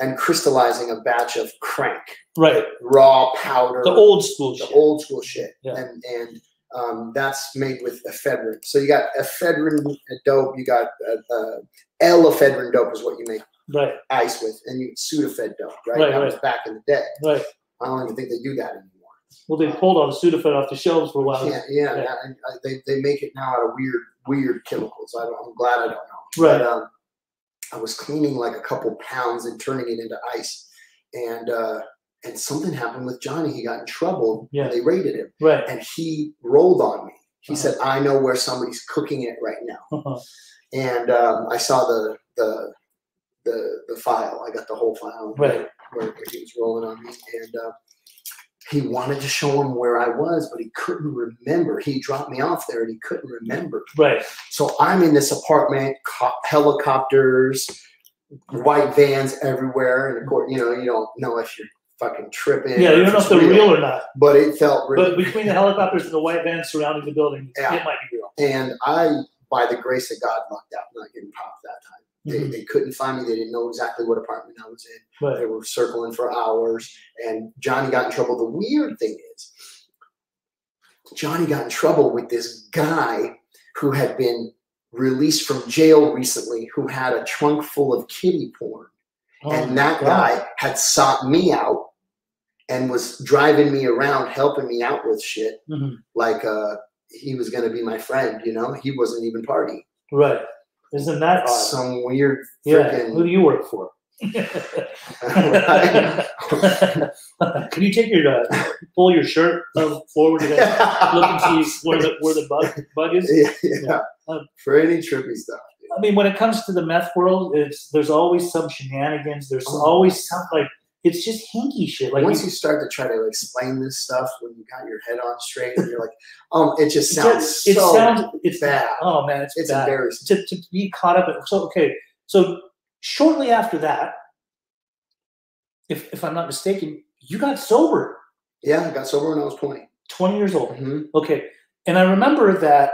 [SPEAKER 2] and crystallizing a batch of crank,
[SPEAKER 1] Right.
[SPEAKER 2] raw powder,
[SPEAKER 1] The old school
[SPEAKER 2] the
[SPEAKER 1] shit.
[SPEAKER 2] old school shit,
[SPEAKER 1] Yeah.
[SPEAKER 2] and and um, that's made with ephedrine. So you got ephedrine dope, you got uh, uh, L-ephedrine dope is what you make
[SPEAKER 1] Right.
[SPEAKER 2] ice with, and you Sudafed dope, right?
[SPEAKER 1] Right,
[SPEAKER 2] that was back in the day.
[SPEAKER 1] Right.
[SPEAKER 2] I don't even think they do that anymore.
[SPEAKER 1] Well, they pulled all the Sudafed off the shelves for a while.
[SPEAKER 2] Yeah, yeah.
[SPEAKER 1] yeah.
[SPEAKER 2] and I, they, they make it now out of weird weird chemicals. I don't, I'm glad I don't know. But
[SPEAKER 1] Right.
[SPEAKER 2] um, I was cleaning like a couple pounds and turning it into ice, and uh, and something happened with Johnny. He got in trouble.
[SPEAKER 1] Yeah.
[SPEAKER 2] and they raided him,
[SPEAKER 1] Right.
[SPEAKER 2] and he rolled on me. He
[SPEAKER 1] Uh-huh.
[SPEAKER 2] said, "I know where somebody's cooking it right now."
[SPEAKER 1] Uh-huh.
[SPEAKER 2] And um, I saw the the the the file. I got the whole file
[SPEAKER 1] Right.
[SPEAKER 2] where, where he was rolling on me, and uh, he wanted to show him where I was, but he couldn't remember. He dropped me off there, and he couldn't remember.
[SPEAKER 1] Right.
[SPEAKER 2] So I'm in this apartment, co- helicopters, white vans everywhere, and of course, you know, you don't know if you're fucking tripping.
[SPEAKER 1] Yeah.
[SPEAKER 2] or
[SPEAKER 1] You don't know if
[SPEAKER 2] it's
[SPEAKER 1] they're real or not.
[SPEAKER 2] but it felt real.
[SPEAKER 1] But between the helicopters and the white vans surrounding the building,
[SPEAKER 2] Yeah.
[SPEAKER 1] it might be real.
[SPEAKER 2] and I, by the grace of God, lucked out not getting popped that time. They,
[SPEAKER 1] Mhm.
[SPEAKER 2] they couldn't find me. They didn't know exactly what apartment I was in. They
[SPEAKER 1] Right.
[SPEAKER 2] were circling for hours, and Johnny got in trouble. The weird thing is, Johnny got in trouble with this guy who had been released from jail recently, who had a trunk full of kitty porn,
[SPEAKER 1] Oh,
[SPEAKER 2] and that
[SPEAKER 1] God.
[SPEAKER 2] guy had sought me out and was driving me around, helping me out with shit
[SPEAKER 1] Mhm.
[SPEAKER 2] like uh he was going to be my friend. You know, he wasn't even party.
[SPEAKER 1] Right. Isn't that odd?
[SPEAKER 2] Some weird
[SPEAKER 1] yeah. Who
[SPEAKER 2] Uh, freaking.
[SPEAKER 1] do you work for? Can you take your uh, pull your shirt uh, forward to that- look and see where the where the bug bug is?
[SPEAKER 2] yeah, yeah. For any trippy stuff.
[SPEAKER 1] I mean, when it comes to the meth world, it's there's always some shenanigans. There's
[SPEAKER 2] Oh.
[SPEAKER 1] always some like it's just hinky shit. Like
[SPEAKER 2] Once
[SPEAKER 1] you-
[SPEAKER 2] you start to try to explain this stuff when you got your head on straight, and you're like, um, it just
[SPEAKER 1] it
[SPEAKER 2] sounds
[SPEAKER 1] just- it
[SPEAKER 2] so
[SPEAKER 1] sounds it's
[SPEAKER 2] bad.
[SPEAKER 1] Oh man, it's,
[SPEAKER 2] It's
[SPEAKER 1] bad.
[SPEAKER 2] embarrassing.
[SPEAKER 1] to, to be caught up. In, so okay, so shortly after that, if if I'm not mistaken, you got sober,
[SPEAKER 2] Yeah, I got sober when I was 20.
[SPEAKER 1] 20 years old.
[SPEAKER 2] hmm
[SPEAKER 1] Okay, and I remember that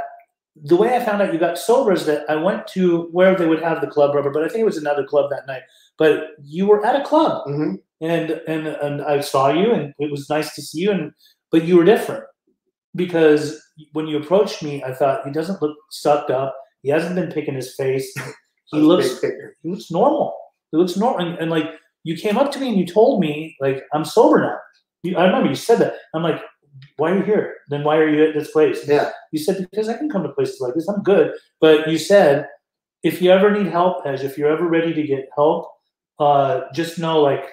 [SPEAKER 1] the way I found out you got sober is that I went to where they would have the club rubber, but I think it was another club that night. But you were at a club,
[SPEAKER 2] hmm
[SPEAKER 1] and and and I saw you, and it was nice to see you, and but you were different because when you approached me, I thought he doesn't look sucked up. He hasn't been picking his face. He looks
[SPEAKER 2] Big picture.
[SPEAKER 1] he looks normal. He looks normal. And, and like you came up to me and you told me like I'm sober now. You, I remember you said that. I'm like, why are you here? Then why are you at this place?
[SPEAKER 2] Yeah.
[SPEAKER 1] You said because I can come to places like this. I'm good. But you said if you ever need help, as if you're ever ready to get help, uh, just know like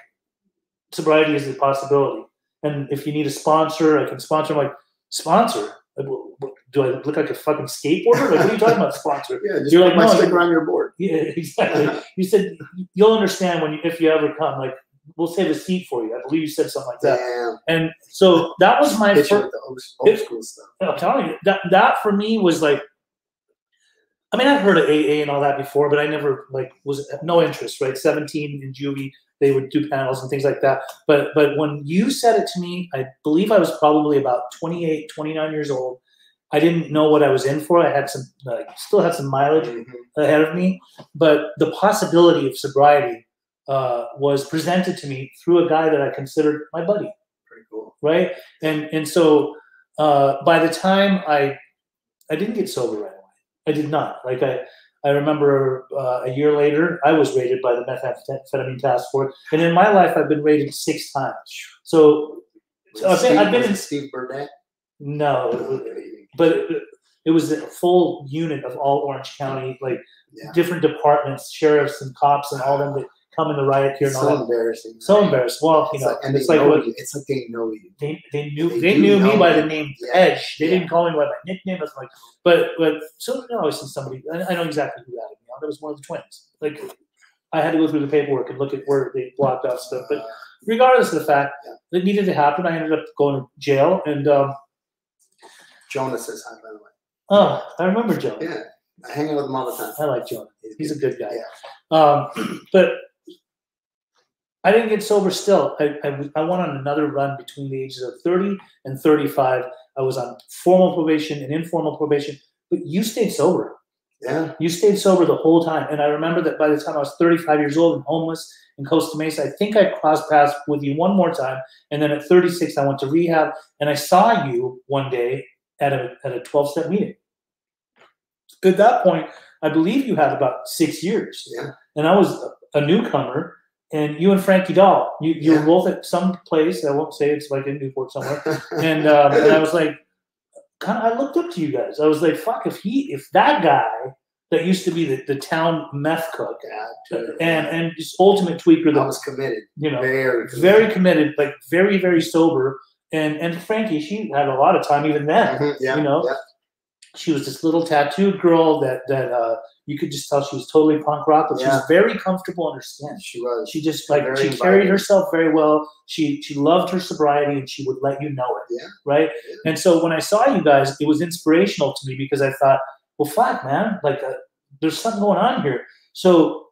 [SPEAKER 1] sobriety is a possibility. And if you need a sponsor, I can sponsor. I'm like sponsor. Like, wh- wh- do I look like a fucking skateboarder? Like, what are you talking about, sponsor?
[SPEAKER 2] Yeah, just
[SPEAKER 1] You're
[SPEAKER 2] put
[SPEAKER 1] like,
[SPEAKER 2] my
[SPEAKER 1] no,
[SPEAKER 2] sticker on your board.
[SPEAKER 1] Yeah, exactly. You said you'll understand when you, if you ever come. Like we'll save a seat for you. I believe you said something like that.
[SPEAKER 2] Damn.
[SPEAKER 1] And so that was my
[SPEAKER 2] Hit you
[SPEAKER 1] first.
[SPEAKER 2] with the old, old school stuff.
[SPEAKER 1] I'm telling you that that for me was like. I mean, I've heard of AA and all that before, but I never like was no interest. Right, seventeen in juvie, they would do panels and things like that. But but when you said it to me, I believe I was probably about 28, 29 years old. I didn't know what I was in for. I had some, like, still had some mileage
[SPEAKER 2] Mhm.
[SPEAKER 1] ahead of me, but the possibility of sobriety uh, was presented to me through a guy that I considered my buddy,
[SPEAKER 2] Pretty cool.
[SPEAKER 1] right? And and so uh, by the time I I didn't get sober right away. I did not. Like I I remember uh, a year later I was rated by the methamphetamine task force, and in my life I've been rated six times. So So I've been-
[SPEAKER 2] Steve-
[SPEAKER 1] I've been
[SPEAKER 2] was
[SPEAKER 1] in-
[SPEAKER 2] it Steve Burnett.
[SPEAKER 1] no, but it, it was a full unit of all Orange County, like
[SPEAKER 2] Yeah.
[SPEAKER 1] different departments, sheriffs and cops, and all them that come in the riot here and all
[SPEAKER 2] so
[SPEAKER 1] that.
[SPEAKER 2] embarrassing.
[SPEAKER 1] So embarrassed. Well, you
[SPEAKER 2] It's
[SPEAKER 1] know,
[SPEAKER 2] like, and
[SPEAKER 1] it's
[SPEAKER 2] they
[SPEAKER 1] like
[SPEAKER 2] know
[SPEAKER 1] what
[SPEAKER 2] you. It's like they know you.
[SPEAKER 1] they, they knew.
[SPEAKER 2] They
[SPEAKER 1] They,
[SPEAKER 2] do
[SPEAKER 1] knew me
[SPEAKER 2] know
[SPEAKER 1] by
[SPEAKER 2] you.
[SPEAKER 1] the name
[SPEAKER 2] Yeah.
[SPEAKER 1] Edge. They
[SPEAKER 2] Yeah.
[SPEAKER 1] didn't call me by my nickname. It's like, but but so no, I was in somebody. I, I know exactly who that was. That was one of the twins. Like, I had to go through the paperwork and look at where they blocked out stuff, but
[SPEAKER 2] Uh,
[SPEAKER 1] regardless of the fact
[SPEAKER 2] Yeah.
[SPEAKER 1] that needed to happen, I ended up going to jail. And um,
[SPEAKER 2] Jonas is high, by the way.
[SPEAKER 1] oh, I remember Joe.
[SPEAKER 2] Yeah, I hang out with him all the time.
[SPEAKER 1] I like Joe. He's a good guy.
[SPEAKER 2] Yeah.
[SPEAKER 1] Um, but I didn't get sober still. I, I, I went on another run between the ages of 30 and 35. I was on formal probation and informal probation, but you stayed sober.
[SPEAKER 2] yeah.
[SPEAKER 1] You stayed sober the whole time. And I remember that by the time I was 35 years old and homeless in Costa Mesa, I think I crossed paths with you one more time. And then at 36, I went to rehab and I saw you one day at a, at a 12 step meeting. At that point, I believe you had about six years.
[SPEAKER 2] Yeah.
[SPEAKER 1] And I was a newcomer. And you and Frankie Dahl, you, you
[SPEAKER 2] Yeah.
[SPEAKER 1] were both at some place. I won't say it's like in Newport somewhere and, um, and I was like, kind of, I looked up to you guys. I was like, fuck, if he, if that guy that used to be the, the town meth cook
[SPEAKER 2] God, dude.
[SPEAKER 1] and and just ultimate tweaker,
[SPEAKER 2] I
[SPEAKER 1] that
[SPEAKER 2] was committed.
[SPEAKER 1] you know,
[SPEAKER 2] Very, committed.
[SPEAKER 1] very committed, like very very sober, and and Frankie, she had a lot of time even then.
[SPEAKER 2] Mhm, Yeah,
[SPEAKER 1] you know?
[SPEAKER 2] yeah.
[SPEAKER 1] She was this little tattooed girl that that uh, you could just tell she was totally punk rock, but she was very comfortable in her skin.
[SPEAKER 2] she was.
[SPEAKER 1] She just like
[SPEAKER 2] Very
[SPEAKER 1] she
[SPEAKER 2] inviting.
[SPEAKER 1] carried herself very well. She she loved her sobriety and she would let you know it.
[SPEAKER 2] Yeah.
[SPEAKER 1] Right. And so when I saw you guys, it was inspirational to me because I thought, well, fuck, man, like uh, there's something going on here. So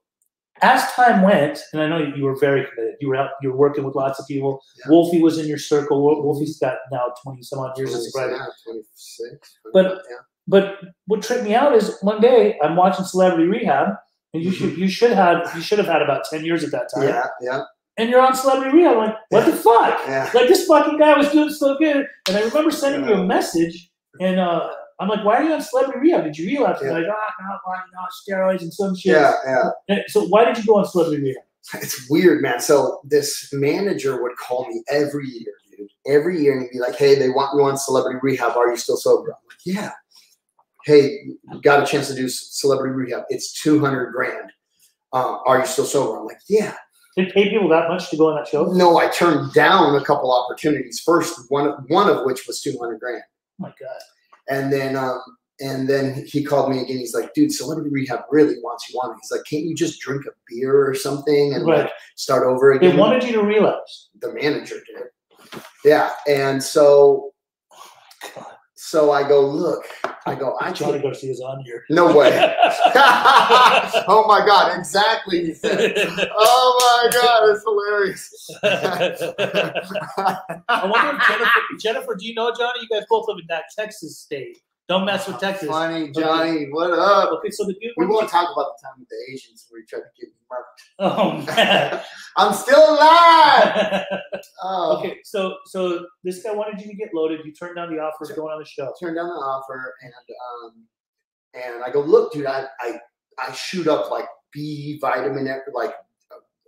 [SPEAKER 1] as time went, and I know you were very committed. You were out, you were working with lots of people.
[SPEAKER 2] Yeah.
[SPEAKER 1] Wolfie was in your circle. Wol- Wolfie's got now twenty some odd years of sobriety.
[SPEAKER 2] Yeah, 26.
[SPEAKER 1] But-
[SPEAKER 2] yeah.
[SPEAKER 1] But what tripped me out is one day I'm watching Celebrity Rehab, and you should you should have you should have had about ten years at that time
[SPEAKER 2] Mm-hmm. Yeah, yeah,
[SPEAKER 1] and you're on Celebrity Rehab. I'm like, what the fuck?
[SPEAKER 2] yeah.
[SPEAKER 1] Like this fucking guy was doing so good. And I remember sending you a message, and uh, I'm like, why are you on Celebrity Rehab? Did you relapse? You're like, ah, not why not steroids and some shit.
[SPEAKER 2] Yeah, yeah.
[SPEAKER 1] And so why did you go on Celebrity Rehab?
[SPEAKER 2] It's weird, man. So this manager would call me every year, dude. every year and he'd be like, "Hey, they want you on Celebrity Rehab. Are you still sober?" I'm like, "Yeah." Hey, got a chance to do Celebrity Rehab. It's two hundred grand. Uh, are you still sober? I'm like, "Yeah."
[SPEAKER 1] Did pay people that much to go on that show? Oh
[SPEAKER 2] No, I turned down a couple opportunities. First, one one of which was two hundred grand,
[SPEAKER 1] my god.
[SPEAKER 2] and then um, and then he called me again. He's like, "Dude, Celebrity Rehab really wants you on." He's like, "Can't you just drink a beer or something and
[SPEAKER 1] Right.
[SPEAKER 2] like start over
[SPEAKER 1] They
[SPEAKER 2] again?"
[SPEAKER 1] wanted you to relapse.
[SPEAKER 2] the manager did. Yeah, and so so I go look. I go, I
[SPEAKER 1] Johnny
[SPEAKER 2] can't.
[SPEAKER 1] Garcia's on here.
[SPEAKER 2] No way. oh my god! Exactly. he said. Oh my god! It's hilarious.
[SPEAKER 1] I wonder if Jennifer, Jennifer, do you know Johnny? You guys both live in that Texas state. Don't mess with Texas.
[SPEAKER 2] Funny Johnny, what up?
[SPEAKER 1] Okay, so the dude.
[SPEAKER 2] We won't talk about the time with the Asians where he tried to get me murked.
[SPEAKER 1] Oh man.
[SPEAKER 2] I'm still alive. Oh,
[SPEAKER 1] okay, so so this guy wanted you to get loaded. You turned down the offer of going on the show.
[SPEAKER 2] turned down the offer and um and I go, look, dude, I I, I shoot up like B vitamin, like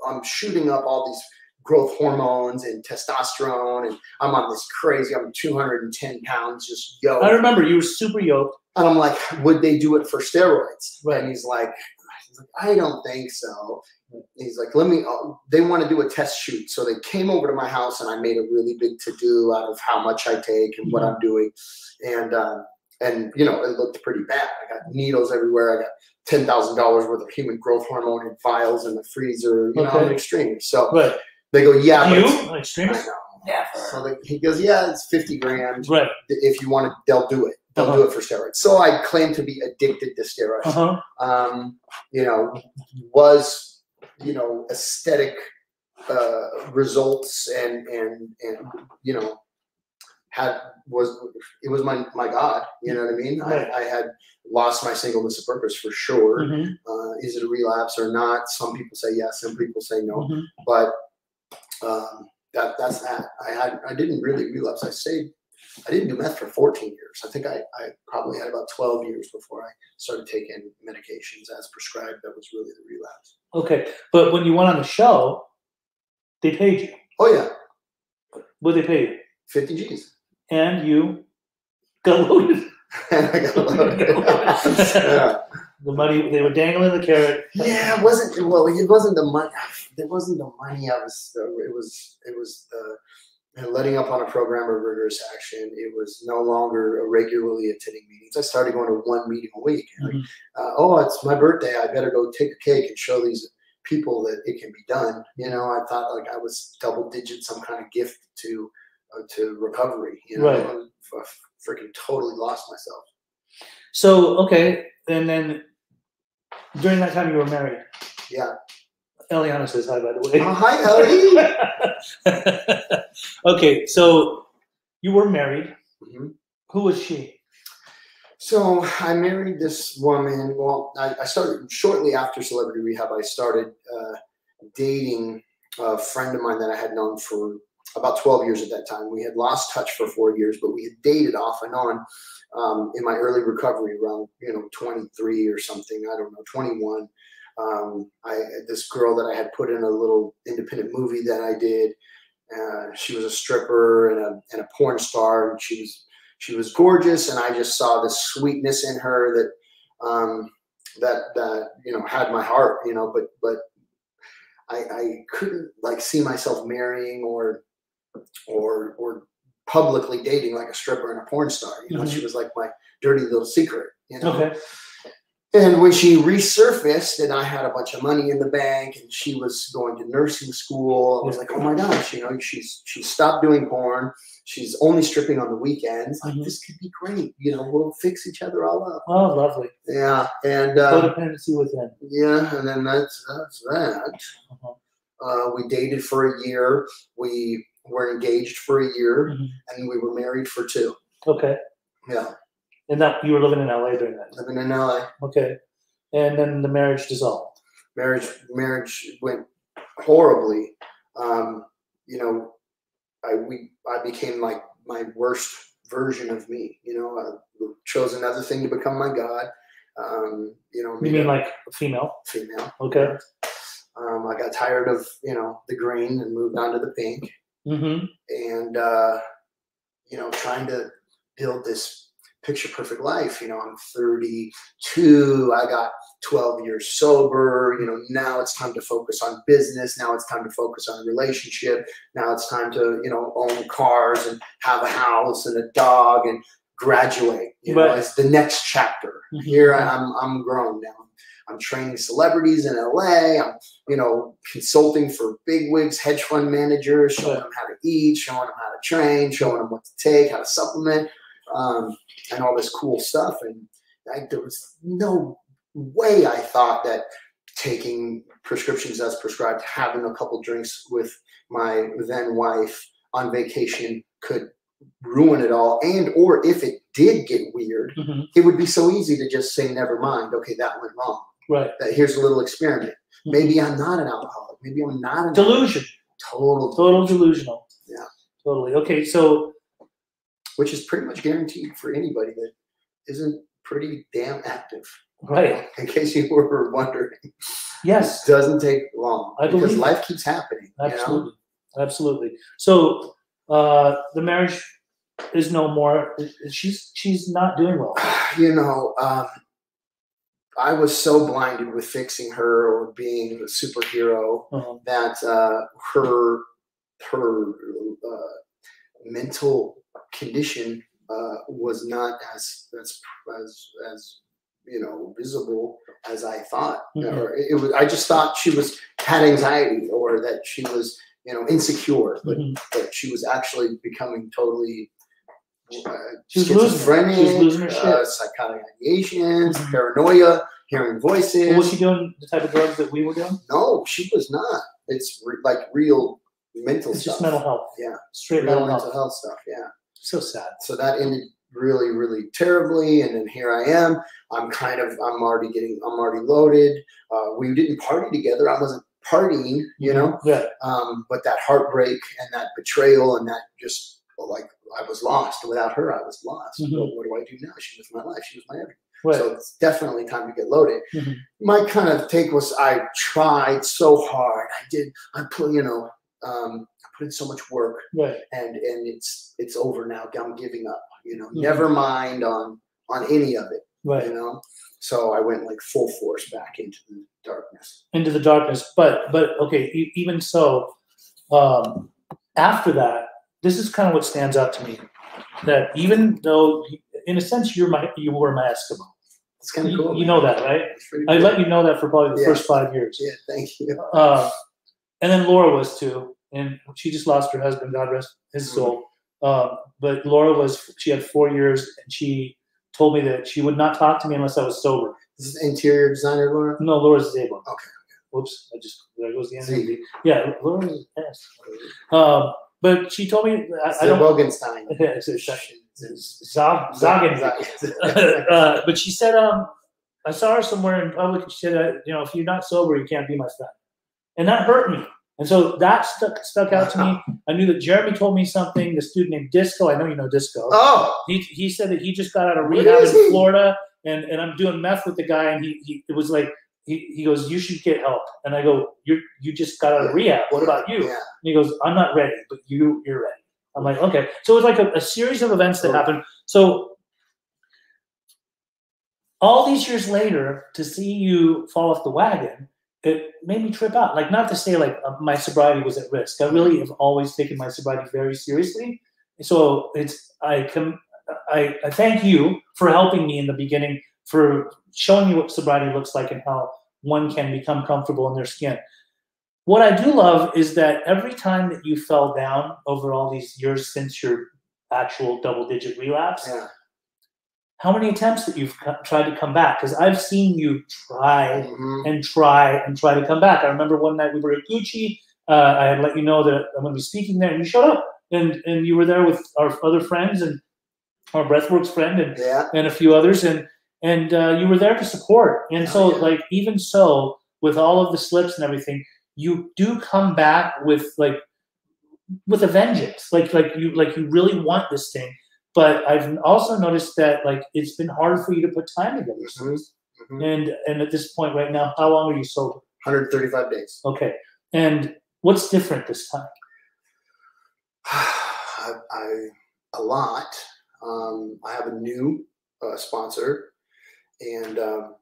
[SPEAKER 2] I'm shooting up all these growth hormones and testosterone, and I'm on this crazy. I'm 210 pounds, just yo.
[SPEAKER 1] I remember you were super yoked.
[SPEAKER 2] And I'm like, would they do it for steroids?
[SPEAKER 1] Right.
[SPEAKER 2] And he's like, he's like, I don't think so. He's like, let me. oh, They want to do a test shoot, so they came over to my house, and I made a really big to do out of how much I take and what
[SPEAKER 1] Mm-hmm.
[SPEAKER 2] I'm doing, and um, and you know it looked pretty bad. I got needles everywhere. I got ten thousand dollars worth of human growth hormone and vials in the freezer. You know, I'm
[SPEAKER 1] Okay.
[SPEAKER 2] an extreme. So
[SPEAKER 1] Right.
[SPEAKER 2] they go, yeah, but
[SPEAKER 1] you?
[SPEAKER 2] it's-
[SPEAKER 1] An
[SPEAKER 2] I
[SPEAKER 1] extremist?
[SPEAKER 2] know. So they, he goes, yeah, it's fifty grand
[SPEAKER 1] Right.
[SPEAKER 2] if you want to, they'll do it. They'll do it for steroids. So I claim to be addicted to steroids.
[SPEAKER 1] Uh huh.
[SPEAKER 2] Um, you know, was you know aesthetic uh, results and and and you know had was it was my my god. You know what I mean?
[SPEAKER 1] Right.
[SPEAKER 2] I, I had lost my singleness of purpose for sure.
[SPEAKER 1] Mhm,
[SPEAKER 2] Uh, is it a relapse or not? Some people say yes. Some people say no
[SPEAKER 1] mhm.
[SPEAKER 2] but um, that that's that. I had I didn't really relapse. I stayed. I didn't do meth for 14 years. I think I, I probably had about 12 years before I started taking medications as prescribed. That was really the relapse.
[SPEAKER 1] Okay, but when you went on the show, they paid you.
[SPEAKER 2] Oh yeah,
[SPEAKER 1] What they pay you?
[SPEAKER 2] 50 G's.
[SPEAKER 1] And you got loaded.
[SPEAKER 2] And I got loaded. yeah.
[SPEAKER 1] The money they were dangling the carrot.
[SPEAKER 2] yeah, it wasn't well. It wasn't the money. It wasn't the money. I was. It was. It was the. and letting up on a program of rigorous action. It was no longer regularly attending meetings. I started going to one meeting a week. Like,
[SPEAKER 1] Mhm.
[SPEAKER 2] uh, oh, it's my birthday. I better go take a cake and show these people that it can be done. You know, I thought like I was double digit, some kind of gift to uh, to recovery. You know,
[SPEAKER 1] Right.
[SPEAKER 2] And f- f- freaking totally lost myself.
[SPEAKER 1] So okay, and then during that time you were married.
[SPEAKER 2] Yeah.
[SPEAKER 1] Eliana says hi, by the way.
[SPEAKER 2] Oh, hi, Ellie.
[SPEAKER 1] okay, so you were married.
[SPEAKER 2] Mhm.
[SPEAKER 1] Who was she?
[SPEAKER 2] So I married this woman. Well, I, I started shortly after Celebrity Rehab. I started uh, dating a friend of mine that I had known for about 12 years at that time. We had lost touch for four years, but we had dated off and on um, in my early recovery around, you know, 23 or something. I don't know, 21. Um, I this girl that I had put in a little independent movie that I did. Uh, she was a stripper and a, and a porn star, and she was she was gorgeous, and I just saw the sweetness in her that um, that that you know had my heart, you know. But but I, I couldn't like see myself marrying or or or publicly dating like a stripper and a porn star. You know,
[SPEAKER 1] Mhm.
[SPEAKER 2] she was like my dirty little secret. You know,
[SPEAKER 1] Okay.
[SPEAKER 2] and when she resurfaced, and I had a bunch of money in the bank, and she was going to nursing school, I was like, "Oh my gosh, you know, she's she stopped doing porn. She's only stripping on the weekends. Like
[SPEAKER 1] Mhm.
[SPEAKER 2] this could be great. You know, we'll fix each other all up."
[SPEAKER 1] Oh, lovely.
[SPEAKER 2] Yeah, and uh,
[SPEAKER 1] Codependency within.
[SPEAKER 2] yeah, and then that's that's that.
[SPEAKER 1] Uh-huh.
[SPEAKER 2] Uh, we dated for a year. We were engaged for a year,
[SPEAKER 1] Mhm.
[SPEAKER 2] and we were married for two.
[SPEAKER 1] Okay,
[SPEAKER 2] Yeah,
[SPEAKER 1] and that you were living in LA during that.
[SPEAKER 2] living in LA.
[SPEAKER 1] Okay, and then the marriage dissolved.
[SPEAKER 2] marriage marriage went horribly. Um, you know, I we I became like my worst version of me. You know, I chose another thing to become my god. Um, you know,
[SPEAKER 1] You
[SPEAKER 2] made
[SPEAKER 1] mean
[SPEAKER 2] a
[SPEAKER 1] like female?
[SPEAKER 2] female?
[SPEAKER 1] Okay.
[SPEAKER 2] Um, I got tired of you know the green and moved on to the pink.
[SPEAKER 1] Mm-hmm.
[SPEAKER 2] and uh, you know trying to build this picture perfect life you know i'm 32 i got 12 years sober you know now it's time to focus on business now it's time to focus on relationship now it's time to you know own cars and have a house and a dog and graduate you know
[SPEAKER 1] Right.
[SPEAKER 2] it's the next chapter
[SPEAKER 1] Mhm.
[SPEAKER 2] here I- i'm i'm grown now i'm training celebrities in la i'm you know, consulting for bigwigs, hedge fund managers, showing them how to eat, showing them how to train, showing them what to take, how to supplement, um, and all this cool stuff. And I, there was no way I thought that taking prescriptions as prescribed, having a couple drinks with my then wife on vacation could ruin it all. And or if it did get weird,
[SPEAKER 1] hmm
[SPEAKER 2] it would be so easy to just say, never mind. Okay, that went wrong.
[SPEAKER 1] Right.
[SPEAKER 2] That here's a little experiment. Maybe I'm not an alcoholic. Maybe I'm not an
[SPEAKER 1] Delusion.
[SPEAKER 2] total,
[SPEAKER 1] Total delusional.
[SPEAKER 2] Yeah.
[SPEAKER 1] Totally. Okay. So
[SPEAKER 2] which is pretty much guaranteed for anybody that isn't pretty damn active.
[SPEAKER 1] right.
[SPEAKER 2] In case you were wondering,
[SPEAKER 1] Yes.
[SPEAKER 2] it doesn't take long
[SPEAKER 1] I
[SPEAKER 2] because
[SPEAKER 1] believe
[SPEAKER 2] life keeps happening. you know?
[SPEAKER 1] Absolutely. Absolutely. So uh, the marriage is no more. She's she's not doing well.
[SPEAKER 2] you know, um, I was so blinded with fixing her or being a superhero
[SPEAKER 1] Um,
[SPEAKER 2] that uh, her her uh, mental condition uh, was not as as as as you know visible as I thought.
[SPEAKER 1] Mhm.
[SPEAKER 2] Or it, it was, I just thought she was had anxiety or that she was you know insecure, but
[SPEAKER 1] mhm.
[SPEAKER 2] but she was actually becoming totally. Uh,
[SPEAKER 1] She was losing her- she was losing her
[SPEAKER 2] schizophrenic,
[SPEAKER 1] shit.
[SPEAKER 2] uh, psychotic ideations,
[SPEAKER 1] Mhm.
[SPEAKER 2] paranoia, hearing voices
[SPEAKER 1] was she doing the type of drugs that we were doing?
[SPEAKER 2] no, she was not. It's re- like real mental
[SPEAKER 1] It's
[SPEAKER 2] stuff.
[SPEAKER 1] just mental health.
[SPEAKER 2] Yeah.
[SPEAKER 1] Straight
[SPEAKER 2] real
[SPEAKER 1] mental
[SPEAKER 2] mental
[SPEAKER 1] health.
[SPEAKER 2] health stuff. Yeah.
[SPEAKER 1] So sad.
[SPEAKER 2] So that ended really, really terribly. And then here I am. I'm kind of. I'm already getting. I'm already loaded. Uh, we didn't party together. I wasn't partying. You know.
[SPEAKER 1] Yeah.
[SPEAKER 2] Um, but that heartbreak and that betrayal and that just well, like I was lost. Without her, I was lost.
[SPEAKER 1] Mhm.
[SPEAKER 2] Well, what do I do now? She was my life. She was my everything.
[SPEAKER 1] Right.
[SPEAKER 2] So it's definitely time to get loaded.
[SPEAKER 1] Mhm.
[SPEAKER 2] My kind of take was I tried so hard. I did. I put you know um, I put in so much work,
[SPEAKER 1] right.
[SPEAKER 2] and and it's it's over now. I'm giving up. You know,
[SPEAKER 1] Mhm.
[SPEAKER 2] never mind on on any of it.
[SPEAKER 1] Right.
[SPEAKER 2] You know, so I went like full force back into the darkness.
[SPEAKER 1] Into the darkness. But but okay. e- Even so, um, after that, this is kind of what stands out to me. That even though, in a sense, you're my you were my Eskimo.
[SPEAKER 2] It's kind of
[SPEAKER 1] You-
[SPEAKER 2] cool.
[SPEAKER 1] you know that, right?
[SPEAKER 2] It's pretty
[SPEAKER 1] I
[SPEAKER 2] cool.
[SPEAKER 1] let you know that for probably the
[SPEAKER 2] Yeah.
[SPEAKER 1] first five years.
[SPEAKER 2] Yeah, thank you.
[SPEAKER 1] Uh, and then Laura was too, and she just lost her husband. God rest his
[SPEAKER 2] Mhm.
[SPEAKER 1] soul. Uh, but Laura was she had four years, and she told me that she would not talk to me unless I was sober.
[SPEAKER 2] This is interior designer Laura.
[SPEAKER 1] No, Laura's disabled.
[SPEAKER 2] Okay.
[SPEAKER 1] Whoops! I just there goes the end. of
[SPEAKER 2] Z.
[SPEAKER 1] the- Yeah, Laura's an ass. Um, but she told me I, I don't.
[SPEAKER 2] Zilbogenstein.
[SPEAKER 1] Yes, exactly. Zog, Zoggen.
[SPEAKER 2] Zog-
[SPEAKER 1] uh, but she said, um, I saw her somewhere in public and she said, uh, you know, if you're not sober, you can't be my friend. And that hurt me. And so that stuck, stuck out to me. I knew that Jeremy told me something. This dude named Disco, I know you know Disco.
[SPEAKER 2] Oh,
[SPEAKER 1] He, he said that he just got out of
[SPEAKER 2] Where
[SPEAKER 1] rehab
[SPEAKER 2] is
[SPEAKER 1] in
[SPEAKER 2] he?
[SPEAKER 1] Florida and, and I'm doing meth with the guy. And he, he it was like, he, he goes, you should get help. And I go, you you just got out of rehab. What about you?
[SPEAKER 2] Yeah.
[SPEAKER 1] And he goes, I'm not ready, but you, you're ready. I'm like, okay. So it's like a, a series of events that
[SPEAKER 2] Cool.
[SPEAKER 1] happened. So all these years later, to see you fall off the wagon, it made me trip out. Like, not to say like uh, my sobriety was at risk. I really have always taken my sobriety very seriously. So it's I com- I, I thank you for helping me in the beginning for showing me what sobriety looks like and how one can become comfortable in their skin. What I do love is that every time that you fell down over all these years since your actual double digit relapse,
[SPEAKER 2] Yeah.
[SPEAKER 1] how many attempts that you've co- tried to come back? Because I've seen you try
[SPEAKER 2] Mhm.
[SPEAKER 1] and try and try to come back. I remember one night we were at Gucci. Uh, I had let you know that I'm going to be speaking there, and you showed up, and and you were there with our other friends and our Breathworks friend, and
[SPEAKER 2] Yeah.
[SPEAKER 1] and a few others, and and uh, you were there to support. And so,
[SPEAKER 2] Oh, yeah.
[SPEAKER 1] like even so, with all of the slips and everything, you do come back with like with a vengeance. Like like you like you really want this thing. But I've also noticed that like it's been hard for you to put time together.
[SPEAKER 2] Mhm. Mhm.
[SPEAKER 1] And and at this point right now, how long are you sober?
[SPEAKER 2] 135 days.
[SPEAKER 1] Okay. And what's different this time?
[SPEAKER 2] I, I a lot. Um, I have a new uh, sponsor, and um,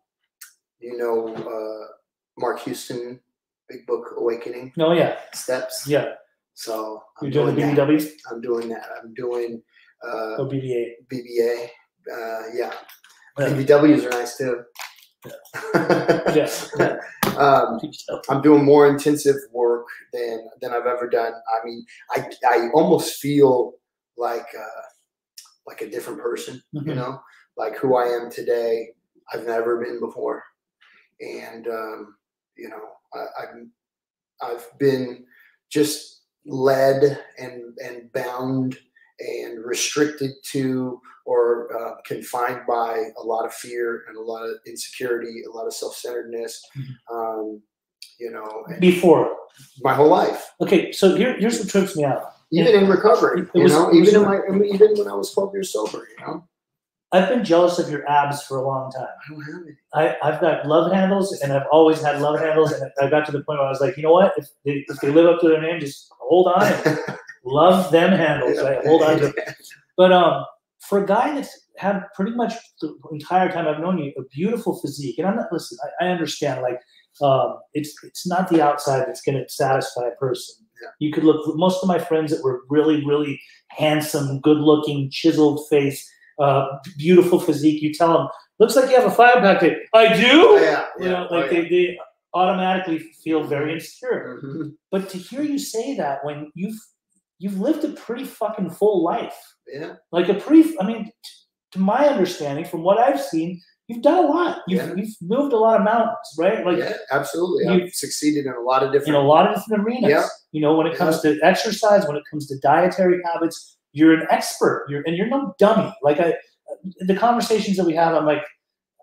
[SPEAKER 2] you know uh, Mark Houston, Big Book Awakening
[SPEAKER 1] No, Oh, yeah,
[SPEAKER 2] Steps.
[SPEAKER 1] yeah.
[SPEAKER 2] So I'm
[SPEAKER 1] You're doing the
[SPEAKER 2] doing that.
[SPEAKER 1] BBWs,
[SPEAKER 2] I'm doing that. I'm doing uh,
[SPEAKER 1] or BBA.
[SPEAKER 2] BBA. Uh, yeah,
[SPEAKER 1] Yeah.
[SPEAKER 2] BBWs are nice too.
[SPEAKER 1] Yeah.
[SPEAKER 2] um, I'm doing more intensive work than than I've ever done. I mean, I I almost feel like uh, like a different person. You
[SPEAKER 1] Mhm.
[SPEAKER 2] know, like who I am today, I've never been before, and um, you know, I, I'm I've been just led and and bound and restricted to or uh, confined by a lot of fear and a lot of insecurity, a lot of self-centeredness.
[SPEAKER 1] Mm-hmm.
[SPEAKER 2] Um, you know, and
[SPEAKER 1] Before.
[SPEAKER 2] my whole life,
[SPEAKER 1] Okay, so here, here's what trips me out.
[SPEAKER 2] even in recovery,
[SPEAKER 1] It
[SPEAKER 2] you
[SPEAKER 1] was-
[SPEAKER 2] know,
[SPEAKER 1] it was-
[SPEAKER 2] even in my, I mean, even when I was 12 years sober, you know,
[SPEAKER 1] I've been jealous of your abs for a long time.
[SPEAKER 2] I don't have it.
[SPEAKER 1] I, I've got love handles, and I've always had love handles, and I got to the point where I was like, you know what? If they, if they live up to their name, just hold on. and love them handles. Right? Hold on to. But um, for a guy that's had pretty much the entire time I've known you, a beautiful physique, and I'm not listen. I, I understand. Like, um, it's it's not the outside that's going to satisfy a person.
[SPEAKER 2] Yeah.
[SPEAKER 1] You could look. Most of my friends that were really, really handsome, good-looking, chiseled face, uh, beautiful physique. You tell them, looks like you have a five pack. Day. I do.
[SPEAKER 2] yeah,
[SPEAKER 1] You know,
[SPEAKER 2] yeah,
[SPEAKER 1] like
[SPEAKER 2] oh, yeah. Mm-hmm.
[SPEAKER 1] they, they automatically feel very insecure.
[SPEAKER 2] Mhm.
[SPEAKER 1] But to hear you say that when you've you've lived a pretty fucking full life,
[SPEAKER 2] yeah,
[SPEAKER 1] like a pretty, I mean, t- to my understanding, from what I've seen, you've done a lot. You've,
[SPEAKER 2] Yeah.
[SPEAKER 1] you've moved a lot of mountains, right? Like
[SPEAKER 2] yeah, absolutely.
[SPEAKER 1] you-
[SPEAKER 2] I've succeeded in a lot of
[SPEAKER 1] in a
[SPEAKER 2] different,
[SPEAKER 1] lot of different arenas.
[SPEAKER 2] Yeah.
[SPEAKER 1] You know, when it comes to exercise, when it comes to dietary habits, you're an expert. You're and you're no dummy. Like I, the conversations that we have, I'm like,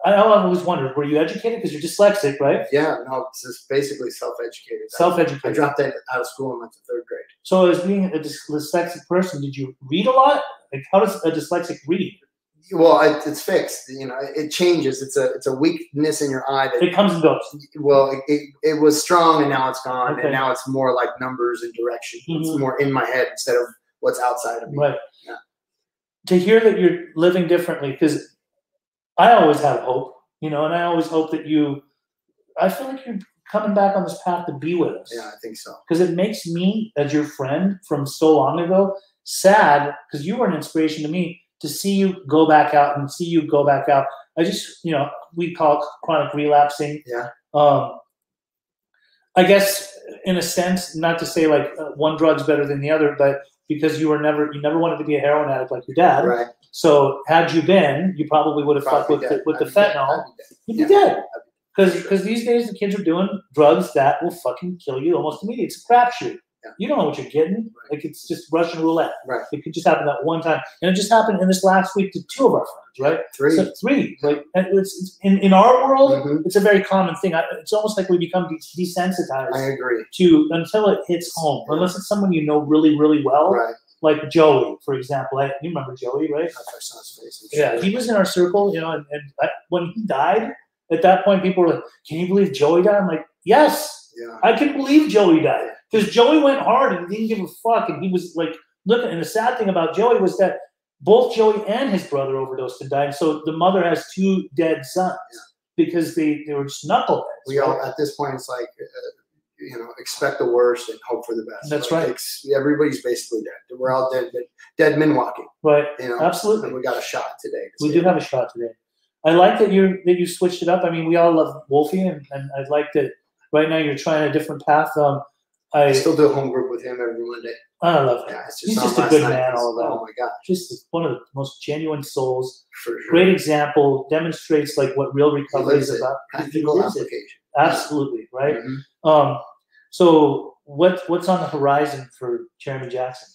[SPEAKER 1] I I've always wondered, were you educated because you're dyslexic, right?
[SPEAKER 2] yeah, no, it's just basically self-educated. I- I
[SPEAKER 1] Self-educated.
[SPEAKER 2] dropped out out of school in like the third grade.
[SPEAKER 1] So, as being a dys- dyslexic person, did you read a lot? Like, how does a dyslexic read?
[SPEAKER 2] Well, it, it's fixed. You know, it changes. It's a it's a weakness in your eye that
[SPEAKER 1] It comes and goes.
[SPEAKER 2] well, it, it, it was strong and now it's gone,
[SPEAKER 1] Okay.
[SPEAKER 2] and now it's more like numbers and direction.
[SPEAKER 1] Mhm.
[SPEAKER 2] It's more in my head instead of what's outside of me.
[SPEAKER 1] Right.
[SPEAKER 2] Yeah.
[SPEAKER 1] To hear that you're living differently, because I always have hope, you know, and I always hope that you. I feel like you're coming back on this path to be with us.
[SPEAKER 2] Yeah, I think so.
[SPEAKER 1] because it makes me, as your friend from so long ago, sad because you were an inspiration to me to see you go back out and see you go back out. I just, you know, we call it chronic relapsing.
[SPEAKER 2] Yeah.
[SPEAKER 1] Um, I guess, in a sense, not to say like uh, one drug's better than the other, but because you were never, you never wanted to be a heroin addict like your dad.
[SPEAKER 2] Right.
[SPEAKER 1] So had you been, you probably would have fucked
[SPEAKER 2] Probably
[SPEAKER 1] with
[SPEAKER 2] dead.
[SPEAKER 1] the, with the
[SPEAKER 2] I'd be dead.
[SPEAKER 1] fentanyl.
[SPEAKER 2] I'd be dead.
[SPEAKER 1] You'd be
[SPEAKER 2] Yeah.
[SPEAKER 1] dead. Because these days the kids are doing drugs that will fucking kill you almost immediately. It's a crapshoot.
[SPEAKER 2] Yeah.
[SPEAKER 1] You don't know what you're getting. Like it's just Russian roulette.
[SPEAKER 2] Right.
[SPEAKER 1] It could just happen that one time, and it just happened in this last week to two of our friends. Right.
[SPEAKER 2] Three.
[SPEAKER 1] So three. Like and it's, it's in in our world,
[SPEAKER 2] Mhm.
[SPEAKER 1] it's a very common thing. I, it's almost like we become de- desensitized
[SPEAKER 2] I agree.
[SPEAKER 1] to until it hits home. Unless it's someone you know really really well,
[SPEAKER 2] Right.
[SPEAKER 1] like Joey, for example. I, you remember Joey, right?
[SPEAKER 2] That's our son's face. I'm
[SPEAKER 1] Yeah,
[SPEAKER 2] sure.
[SPEAKER 1] he was in our circle, you know, and, and I, when he died, at that point, people were like, "Can you believe Joey died?" I'm like, "Yes,
[SPEAKER 2] Yeah.
[SPEAKER 1] I can believe Joey died," because Joey went hard and didn't give a fuck, and he was like, "Look." And the sad thing about Joey was that both Joey and his brother overdosed and died, so the mother has two dead sons because they they were just knuckleheads.
[SPEAKER 2] we all
[SPEAKER 1] right?
[SPEAKER 2] at this point it's like uh, you know expect the worst and hope for the best
[SPEAKER 1] That's
[SPEAKER 2] Like,
[SPEAKER 1] right.
[SPEAKER 2] ex- everybody's basically dead we're all dead but dead men walking
[SPEAKER 1] right?
[SPEAKER 2] you know
[SPEAKER 1] Absolutely.
[SPEAKER 2] and we got a shot today
[SPEAKER 1] We do have a shot today. I like that you that you switched it up. I mean, we all love Wolfie, and, and I like that right now you're trying a different path. Um, I
[SPEAKER 2] I still do a home group with him every Monday.
[SPEAKER 1] I love him.
[SPEAKER 2] Yeah, it's just
[SPEAKER 1] He's
[SPEAKER 2] on
[SPEAKER 1] just a
[SPEAKER 2] last
[SPEAKER 1] good
[SPEAKER 2] night.
[SPEAKER 1] man all
[SPEAKER 2] Oh
[SPEAKER 1] around.
[SPEAKER 2] my god,
[SPEAKER 1] Just one of the most genuine souls.
[SPEAKER 2] for sure.
[SPEAKER 1] Great example. Demonstrates like what real recovery
[SPEAKER 2] lives
[SPEAKER 1] is
[SPEAKER 2] it.
[SPEAKER 1] about.
[SPEAKER 2] practical
[SPEAKER 1] lives it.
[SPEAKER 2] application.
[SPEAKER 1] Absolutely right.
[SPEAKER 2] Mhm.
[SPEAKER 1] Um, so what what's on the horizon for Jeremy Jackson?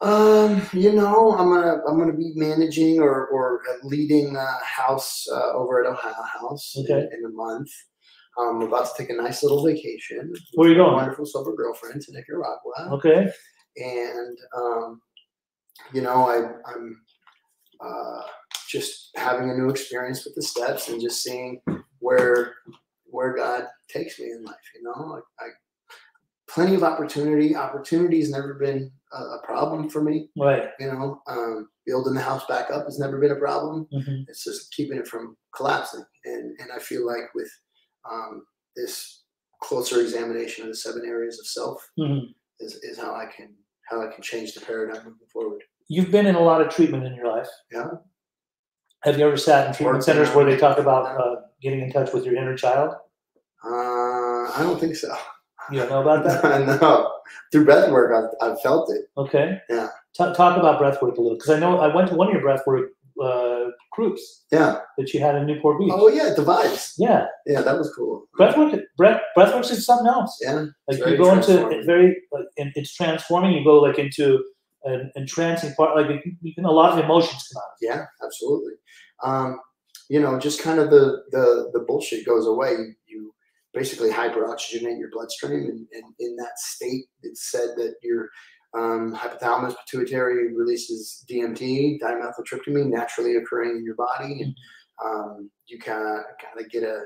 [SPEAKER 2] Um, you know, I'm gonna I'm gonna be managing or or leading a house uh, over at Ohio House in-
[SPEAKER 1] Okay.
[SPEAKER 2] in, a month. I'm about to take a nice little vacation.
[SPEAKER 1] Where are you
[SPEAKER 2] with my
[SPEAKER 1] going?
[SPEAKER 2] Wonderful sober girlfriend to Nicaragua,
[SPEAKER 1] Okay.
[SPEAKER 2] and um, you know, I, I'm uh, just having a new experience with the steps and just seeing where where God takes me in life. You know, like I, plenty of opportunity. Opportunity's never been a, a problem for me.
[SPEAKER 1] Right.
[SPEAKER 2] You know, um, building the house back up has never been a problem.
[SPEAKER 1] Mhm.
[SPEAKER 2] It's just keeping it from collapsing. And and I feel like with um, this closer examination of the seven areas of self
[SPEAKER 1] Mhm.
[SPEAKER 2] is, is how I can how I can change the paradigm moving forward.
[SPEAKER 1] You've been in a lot of treatment in your life.
[SPEAKER 2] Yeah.
[SPEAKER 1] Have you ever sat in treatment
[SPEAKER 2] Working
[SPEAKER 1] centers
[SPEAKER 2] out.
[SPEAKER 1] where they talk about uh, getting in touch with your inner child?
[SPEAKER 2] Uh, I don't think so.
[SPEAKER 1] You don't know about that?
[SPEAKER 2] no, through breath work, I've, I've felt it.
[SPEAKER 1] Okay.
[SPEAKER 2] Yeah.
[SPEAKER 1] Ta talk about breathwork a little, because I know I went to one of your breathwork uh, groups
[SPEAKER 2] Yeah.
[SPEAKER 1] that you had in Newport Beach.
[SPEAKER 2] Oh yeah, the vibes.
[SPEAKER 1] Yeah,
[SPEAKER 2] Yeah, that was cool.
[SPEAKER 1] breathwork, breath, breathwork's is something else.
[SPEAKER 2] Yeah.
[SPEAKER 1] Like
[SPEAKER 2] very
[SPEAKER 1] you go into
[SPEAKER 2] transformative.
[SPEAKER 1] it's very, like, and it's transforming. You go like into an entrancing part. Like you, you can a lot of emotions come out.
[SPEAKER 2] Yeah, absolutely. Um, you know, just kind of the the the bullshit goes away. You, you basically hyperoxygenate your bloodstream, and, and in that state, it's said that your um, hypothalamus pituitary releases DMT, dimethyltryptamine, naturally occurring in your body, and um, you kind of kind of get a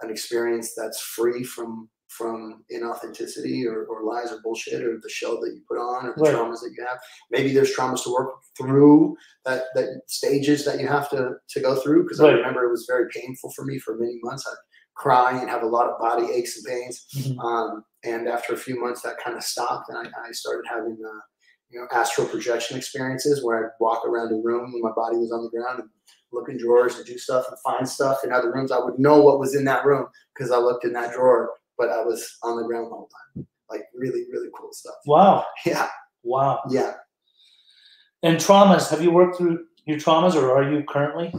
[SPEAKER 2] an experience that's free from from inauthenticity or, or lies or bullshit or the shell that you put on or the
[SPEAKER 1] Right.
[SPEAKER 2] traumas that you have. Maybe there's traumas to work through that that stages that you have to to go through because
[SPEAKER 1] Right.
[SPEAKER 2] I remember it was very painful for me for many months. I'd cry and have a lot of body aches and pains.
[SPEAKER 1] Mhm.
[SPEAKER 2] Um, and after a few months, that kind of stopped, and I, I started having uh, you know astral projection experiences where I'd walk around a room and my body was on the ground and look in drawers and do stuff and find stuff in other rooms. I would know what was in that room because I looked in that drawer, but I was on the ground the whole time. Like really, really cool stuff.
[SPEAKER 1] Wow,
[SPEAKER 2] Yeah,
[SPEAKER 1] wow.
[SPEAKER 2] yeah.
[SPEAKER 1] And traumas. Have you worked through your traumas, or are you currently?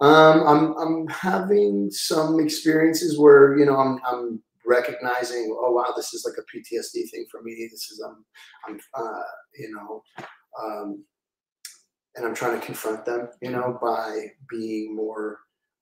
[SPEAKER 2] Um, I'm I'm having some experiences where you know I'm I'm recognizing oh wow this is like a PTSD thing for me this is I'm I'm uh, you know um, and I'm trying to confront them you know by being more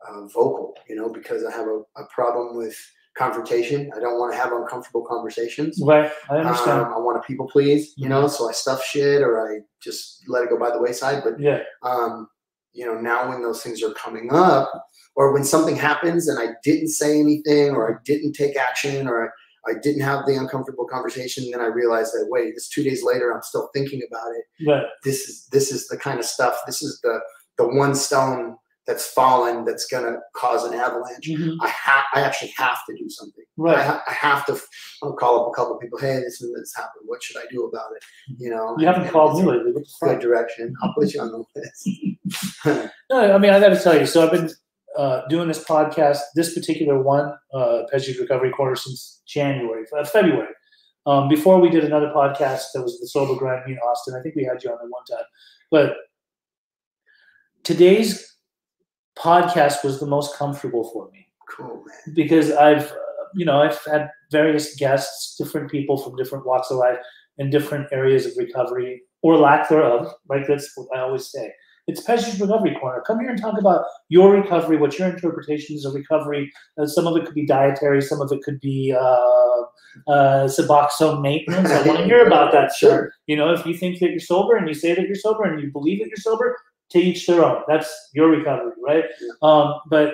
[SPEAKER 2] uh, vocal you know because I have a, a problem with confrontation I don't want to have uncomfortable conversations
[SPEAKER 1] Right. I understand. Mm-hmm.
[SPEAKER 2] Um, I want to people please you know so I stuff shit or I just let it go by the wayside but
[SPEAKER 1] yeah.
[SPEAKER 2] um, you know, now when those things are coming up, or when something happens and I didn't say anything, or I didn't take action, or I, I didn't have the uncomfortable conversation, then I realize that wait, it's two days later. I'm still thinking about it.
[SPEAKER 1] Right.
[SPEAKER 2] This is this is the kind of stuff. This is the the one stone that's fallen that's gonna cause an avalanche.
[SPEAKER 1] Mhm.
[SPEAKER 2] I ha- I actually have to do something. I,
[SPEAKER 1] Right.
[SPEAKER 2] ha- I have to. I'll call up a couple people. Hey, this and this happened. What should I do about it? You know.
[SPEAKER 1] You haven't
[SPEAKER 2] and
[SPEAKER 1] called
[SPEAKER 2] it's
[SPEAKER 1] me lately. What the fuck?
[SPEAKER 2] Good direction. I'll put you on the list.
[SPEAKER 1] No, I mean I got to tell you. So I've been uh, doing this podcast, this particular one, uh, Pesci Recovery Corner, since January, uh, February. Um, before we did another podcast that was the Sober Grind me in Austin. I think we had you on there one time. But today's podcast was the most comfortable for me
[SPEAKER 2] Cool, man.
[SPEAKER 1] because I've, uh, you know, I've had various guests, different people from different walks of life and different areas of recovery or lack thereof. Like that's what I always say. It's Pesci's Recovery Corner. Come here and talk about your recovery, what your interpretation is of recovery. Uh, some of it could be dietary, some of it could be uh, uh, Suboxone maintenance. I want to hear about that. stuff.
[SPEAKER 2] Sure.
[SPEAKER 1] You know, if you think that you're sober and you say that you're sober and you believe that you're sober, to each their own. That's your recovery, right?
[SPEAKER 2] Yeah.
[SPEAKER 1] Um, but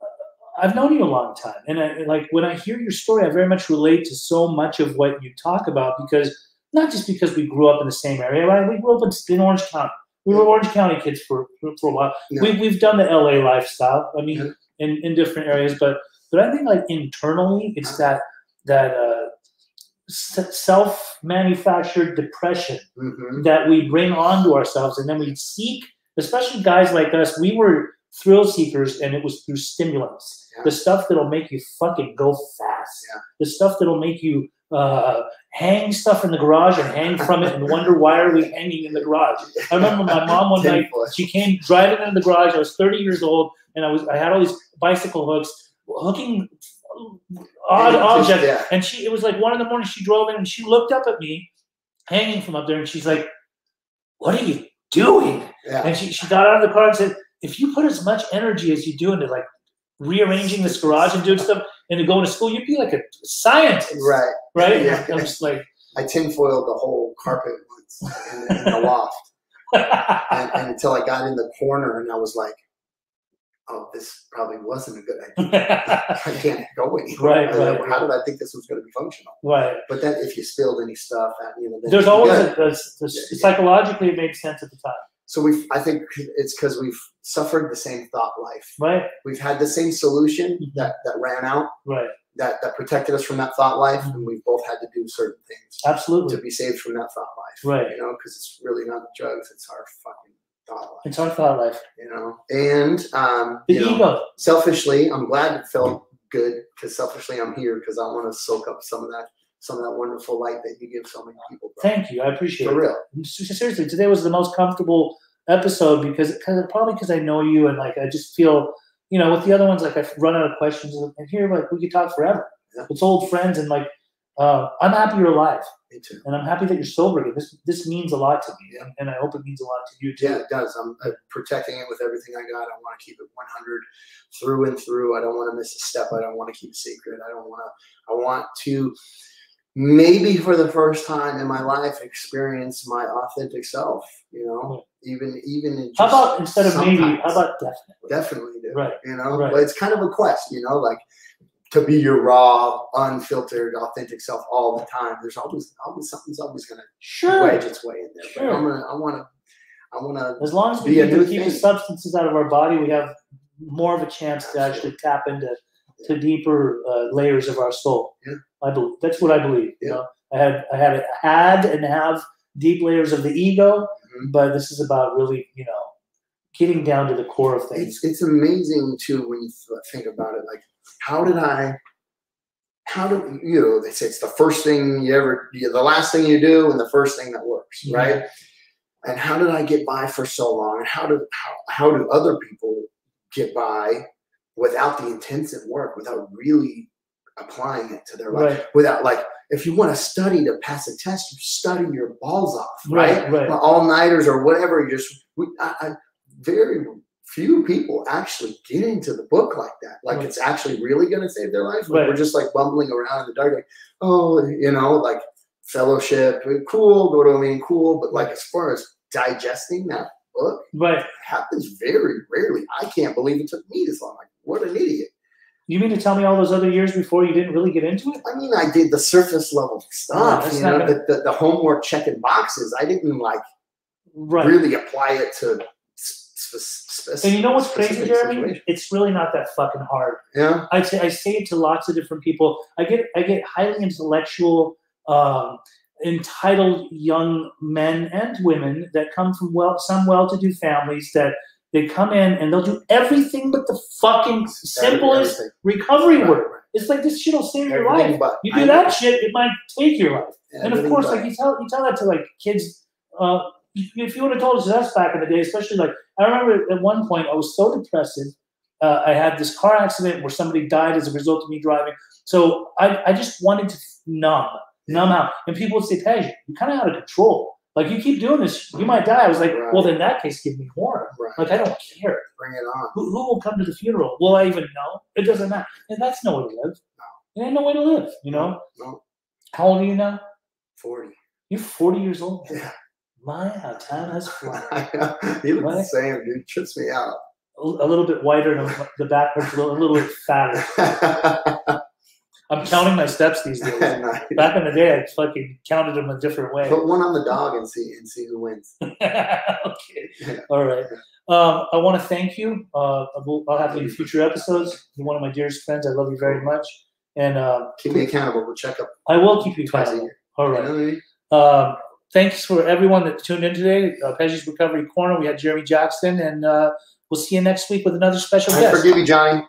[SPEAKER 1] uh, I've known you a long time, and I, and, like when I hear your story, I very much relate to so much of what you talk about because not just because we grew up in the same area, right? We grew up in, in Orange County. We were
[SPEAKER 2] Yeah.
[SPEAKER 1] Orange County kids for for, for a while.
[SPEAKER 2] Yeah.
[SPEAKER 1] We, we've done the LA lifestyle. I mean,
[SPEAKER 2] Yeah.
[SPEAKER 1] in, in different areas, but but I think like internally, it's that that uh, s- self-manufactured depression
[SPEAKER 2] Mm-hmm.
[SPEAKER 1] that we bring onto ourselves and then we seek especially guys like us we were thrill seekers and it was through stimulants
[SPEAKER 2] Yeah.
[SPEAKER 1] the stuff that'll make you fucking go fast
[SPEAKER 2] Yeah.
[SPEAKER 1] the stuff that'll make you uh, hang stuff in the garage and hang from it and wonder why are we hanging in the garage i remember my mom one night she came driving into the garage i was 30 years old and i was i had all these bicycle hooks hooking odd objects
[SPEAKER 2] Yeah.
[SPEAKER 1] and she, it was like one in the morning. She drove in and she looked up at me, hanging from up there, and she's like, "What are you doing?"
[SPEAKER 2] yeah.
[SPEAKER 1] And she, she got out of the car and said, "If you put as much energy as you do into like rearranging this garage and doing stuff, and to going to school, you'd be like a scientist,
[SPEAKER 2] Right.
[SPEAKER 1] Right?
[SPEAKER 2] Yeah.
[SPEAKER 1] I'm just like,
[SPEAKER 2] I tinfoiled the whole carpet once in, in the loft, and, and until I got in the corner, and I was like, oh, this probably wasn't a good idea.
[SPEAKER 1] right,
[SPEAKER 2] I can't go anywhere.
[SPEAKER 1] right,
[SPEAKER 2] I was like,
[SPEAKER 1] right.
[SPEAKER 2] How did I think this was going to be functional? But then if you spilled any stuff, uh, you know, then
[SPEAKER 1] There's
[SPEAKER 2] you
[SPEAKER 1] always
[SPEAKER 2] gotta-
[SPEAKER 1] a, there's,
[SPEAKER 2] Yeah,
[SPEAKER 1] there's,
[SPEAKER 2] yeah.
[SPEAKER 1] psychologically it made sense at the time,
[SPEAKER 2] so we. I think it's because we've suffered the same thought life.
[SPEAKER 1] right?
[SPEAKER 2] We've had the same solution
[SPEAKER 1] Mhm.
[SPEAKER 2] that that ran out
[SPEAKER 1] Right,
[SPEAKER 2] that that protected us from that thought life, and we've both had to do certain things
[SPEAKER 1] Mm-hmm. absolutely.
[SPEAKER 2] to be saved from that thought life.
[SPEAKER 1] Right.
[SPEAKER 2] You know, because it's really not the drugs; it's our fucking thought life.
[SPEAKER 1] It's our thought life.
[SPEAKER 2] You know, and um,
[SPEAKER 1] The
[SPEAKER 2] you know,
[SPEAKER 1] ego.
[SPEAKER 2] selfishly, I'm glad it felt good because selfishly, I'm here because I want to soak up some of that some of that wonderful light that you give so many people. bro.
[SPEAKER 1] Thank you. I appreciate
[SPEAKER 2] For
[SPEAKER 1] it.
[SPEAKER 2] real.
[SPEAKER 1] S- Seriously, today was the most comfortable episode because cause, probably because I know you and like I just feel you know with the other ones like I've run out of questions and here like we could talk forever.
[SPEAKER 2] Yeah.
[SPEAKER 1] It's old friends and like uh, I'm happy you're alive
[SPEAKER 2] Me too.
[SPEAKER 1] and I'm happy that you're sober again. This this means a lot to me
[SPEAKER 2] Yeah.
[SPEAKER 1] and, and I hope it means a lot to you too.
[SPEAKER 2] Yeah, it does. I'm, I'm protecting it with everything I got. I want to keep it 100 through and through. I don't want to miss a step. I don't want to keep it secret. I don't want to. I want to maybe for the first time in my life experience my authentic self. You know, even even in just
[SPEAKER 1] How about instead of maybe?
[SPEAKER 2] sometimes.
[SPEAKER 1] How about definitely?
[SPEAKER 2] definitely do.
[SPEAKER 1] Right.
[SPEAKER 2] You know,
[SPEAKER 1] Right.
[SPEAKER 2] but it's kind of a quest. You know, like to be your raw, unfiltered, authentic self all the time. There's always always something's always going to
[SPEAKER 1] Sure.
[SPEAKER 2] wedge its way in there.
[SPEAKER 1] Sure.
[SPEAKER 2] But I'm gonna. I want to. I want to
[SPEAKER 1] As long as we
[SPEAKER 2] Be a
[SPEAKER 1] can
[SPEAKER 2] new
[SPEAKER 1] keep the
[SPEAKER 2] thing.
[SPEAKER 1] substances out of our body, we have more of a chance to actually
[SPEAKER 2] Absolutely.
[SPEAKER 1] tap into to deeper uh, layers of our soul.
[SPEAKER 2] Yeah.
[SPEAKER 1] I believe that's what I believe. You
[SPEAKER 2] Yeah.
[SPEAKER 1] know, I had I had had and have deep layers of the ego,
[SPEAKER 2] Mhm.
[SPEAKER 1] but this is about really you know getting down to the core of things.
[SPEAKER 2] It's it's amazing too when you th- think about it. Like, how did I? How do you know? They say it's the first thing you ever, you- the last thing you do, and the first thing that works,
[SPEAKER 1] Yeah.
[SPEAKER 2] right? And how did I get by for so long? And how do how, how do other people get by without the intensive work, without really applying it to their life,
[SPEAKER 1] Right.
[SPEAKER 2] without like if you want to study to pass a test, you study your balls off, right?
[SPEAKER 1] Right, right.
[SPEAKER 2] all nighters or whatever. You just we, I, I, very few people actually get into the book like that. Like
[SPEAKER 1] Right.
[SPEAKER 2] it's actually really going to save their life. Like
[SPEAKER 1] Right.
[SPEAKER 2] We're just like bumbling around in the dark, like oh, you know, like fellowship, cool. Go to a meeting, cool. But like as far as digesting that book,
[SPEAKER 1] But
[SPEAKER 2] it happens very rarely. I can't believe it took me this long. Like what an idiot.
[SPEAKER 1] you mean to tell me all those other years before you didn't really get into it?
[SPEAKER 2] I mean, I did the surface level stuff,
[SPEAKER 1] Oh, that's
[SPEAKER 2] you
[SPEAKER 1] not
[SPEAKER 2] know,
[SPEAKER 1] gonna-
[SPEAKER 2] the, the, the homework checking boxes. I didn't like
[SPEAKER 1] Right.
[SPEAKER 2] really apply it to. s- s- s-
[SPEAKER 1] And you know what's crazy,
[SPEAKER 2] specific
[SPEAKER 1] Jeremy?
[SPEAKER 2] situation.
[SPEAKER 1] It's really not that fucking hard.
[SPEAKER 2] Yeah.
[SPEAKER 1] I say- I say it to lots of different people. I get I get highly intellectual, um, entitled young men and women that come from well some well-to-do families that they come in and they'll do everything but the fucking simplest
[SPEAKER 2] Everything.
[SPEAKER 1] recovery work. It's like this shit'll save your
[SPEAKER 2] Everything
[SPEAKER 1] life.
[SPEAKER 2] but-
[SPEAKER 1] You do that shit, it might take your life. And of
[SPEAKER 2] Everything
[SPEAKER 1] course,
[SPEAKER 2] but.
[SPEAKER 1] like you tell you tell that to like kids. Uh, if you would have told us that's back in the day, especially like I remember at one point I was so depressive. Uh, I had this car accident where somebody died as a result of me driving. So I, I just wanted to numb, numb out. And people would say, "Hey, you're kind of out of control. Like you keep doing this, you might die." I was like,
[SPEAKER 2] Right.
[SPEAKER 1] "Well, then in that case, give me horror.
[SPEAKER 2] Right.
[SPEAKER 1] Like I don't care.
[SPEAKER 2] Bring it on.
[SPEAKER 1] Who, who will come to the funeral? Will I even know? It doesn't matter. And that's no way to live. It ain't no way to live. You know?
[SPEAKER 2] No.
[SPEAKER 1] How old are you now?
[SPEAKER 2] 40.
[SPEAKER 1] You're 40 years old.
[SPEAKER 2] Yeah.
[SPEAKER 1] My, how time has flown.
[SPEAKER 2] I know. You look
[SPEAKER 1] What?
[SPEAKER 2] the same, dude. Trips me out.
[SPEAKER 1] A a little bit whiter and a- the back hurts a little, a little bit fatter. I'm counting my steps these days.
[SPEAKER 2] Nice.
[SPEAKER 1] Back in the day, I fucking counted them a different way.
[SPEAKER 2] Put one on the dog and see and see who wins.
[SPEAKER 1] okay. All right. Um, I want to thank you. Uh, I'll I'll have you in future episodes. You're one of my dearest friends. I love you very much. And uh,
[SPEAKER 2] Keep me accountable. We'll check up
[SPEAKER 1] I will keep you
[SPEAKER 2] twice a
[SPEAKER 1] accountable.
[SPEAKER 2] year.
[SPEAKER 1] All
[SPEAKER 2] You
[SPEAKER 1] right.
[SPEAKER 2] know what I mean?
[SPEAKER 1] Um, thanks for everyone that tuned in today. Uh, Peggy's Recovery Corner. We had Jeremy Jackson, and uh, we'll see you next week with another special
[SPEAKER 2] I
[SPEAKER 1] guest.
[SPEAKER 2] forgive you, Johnny.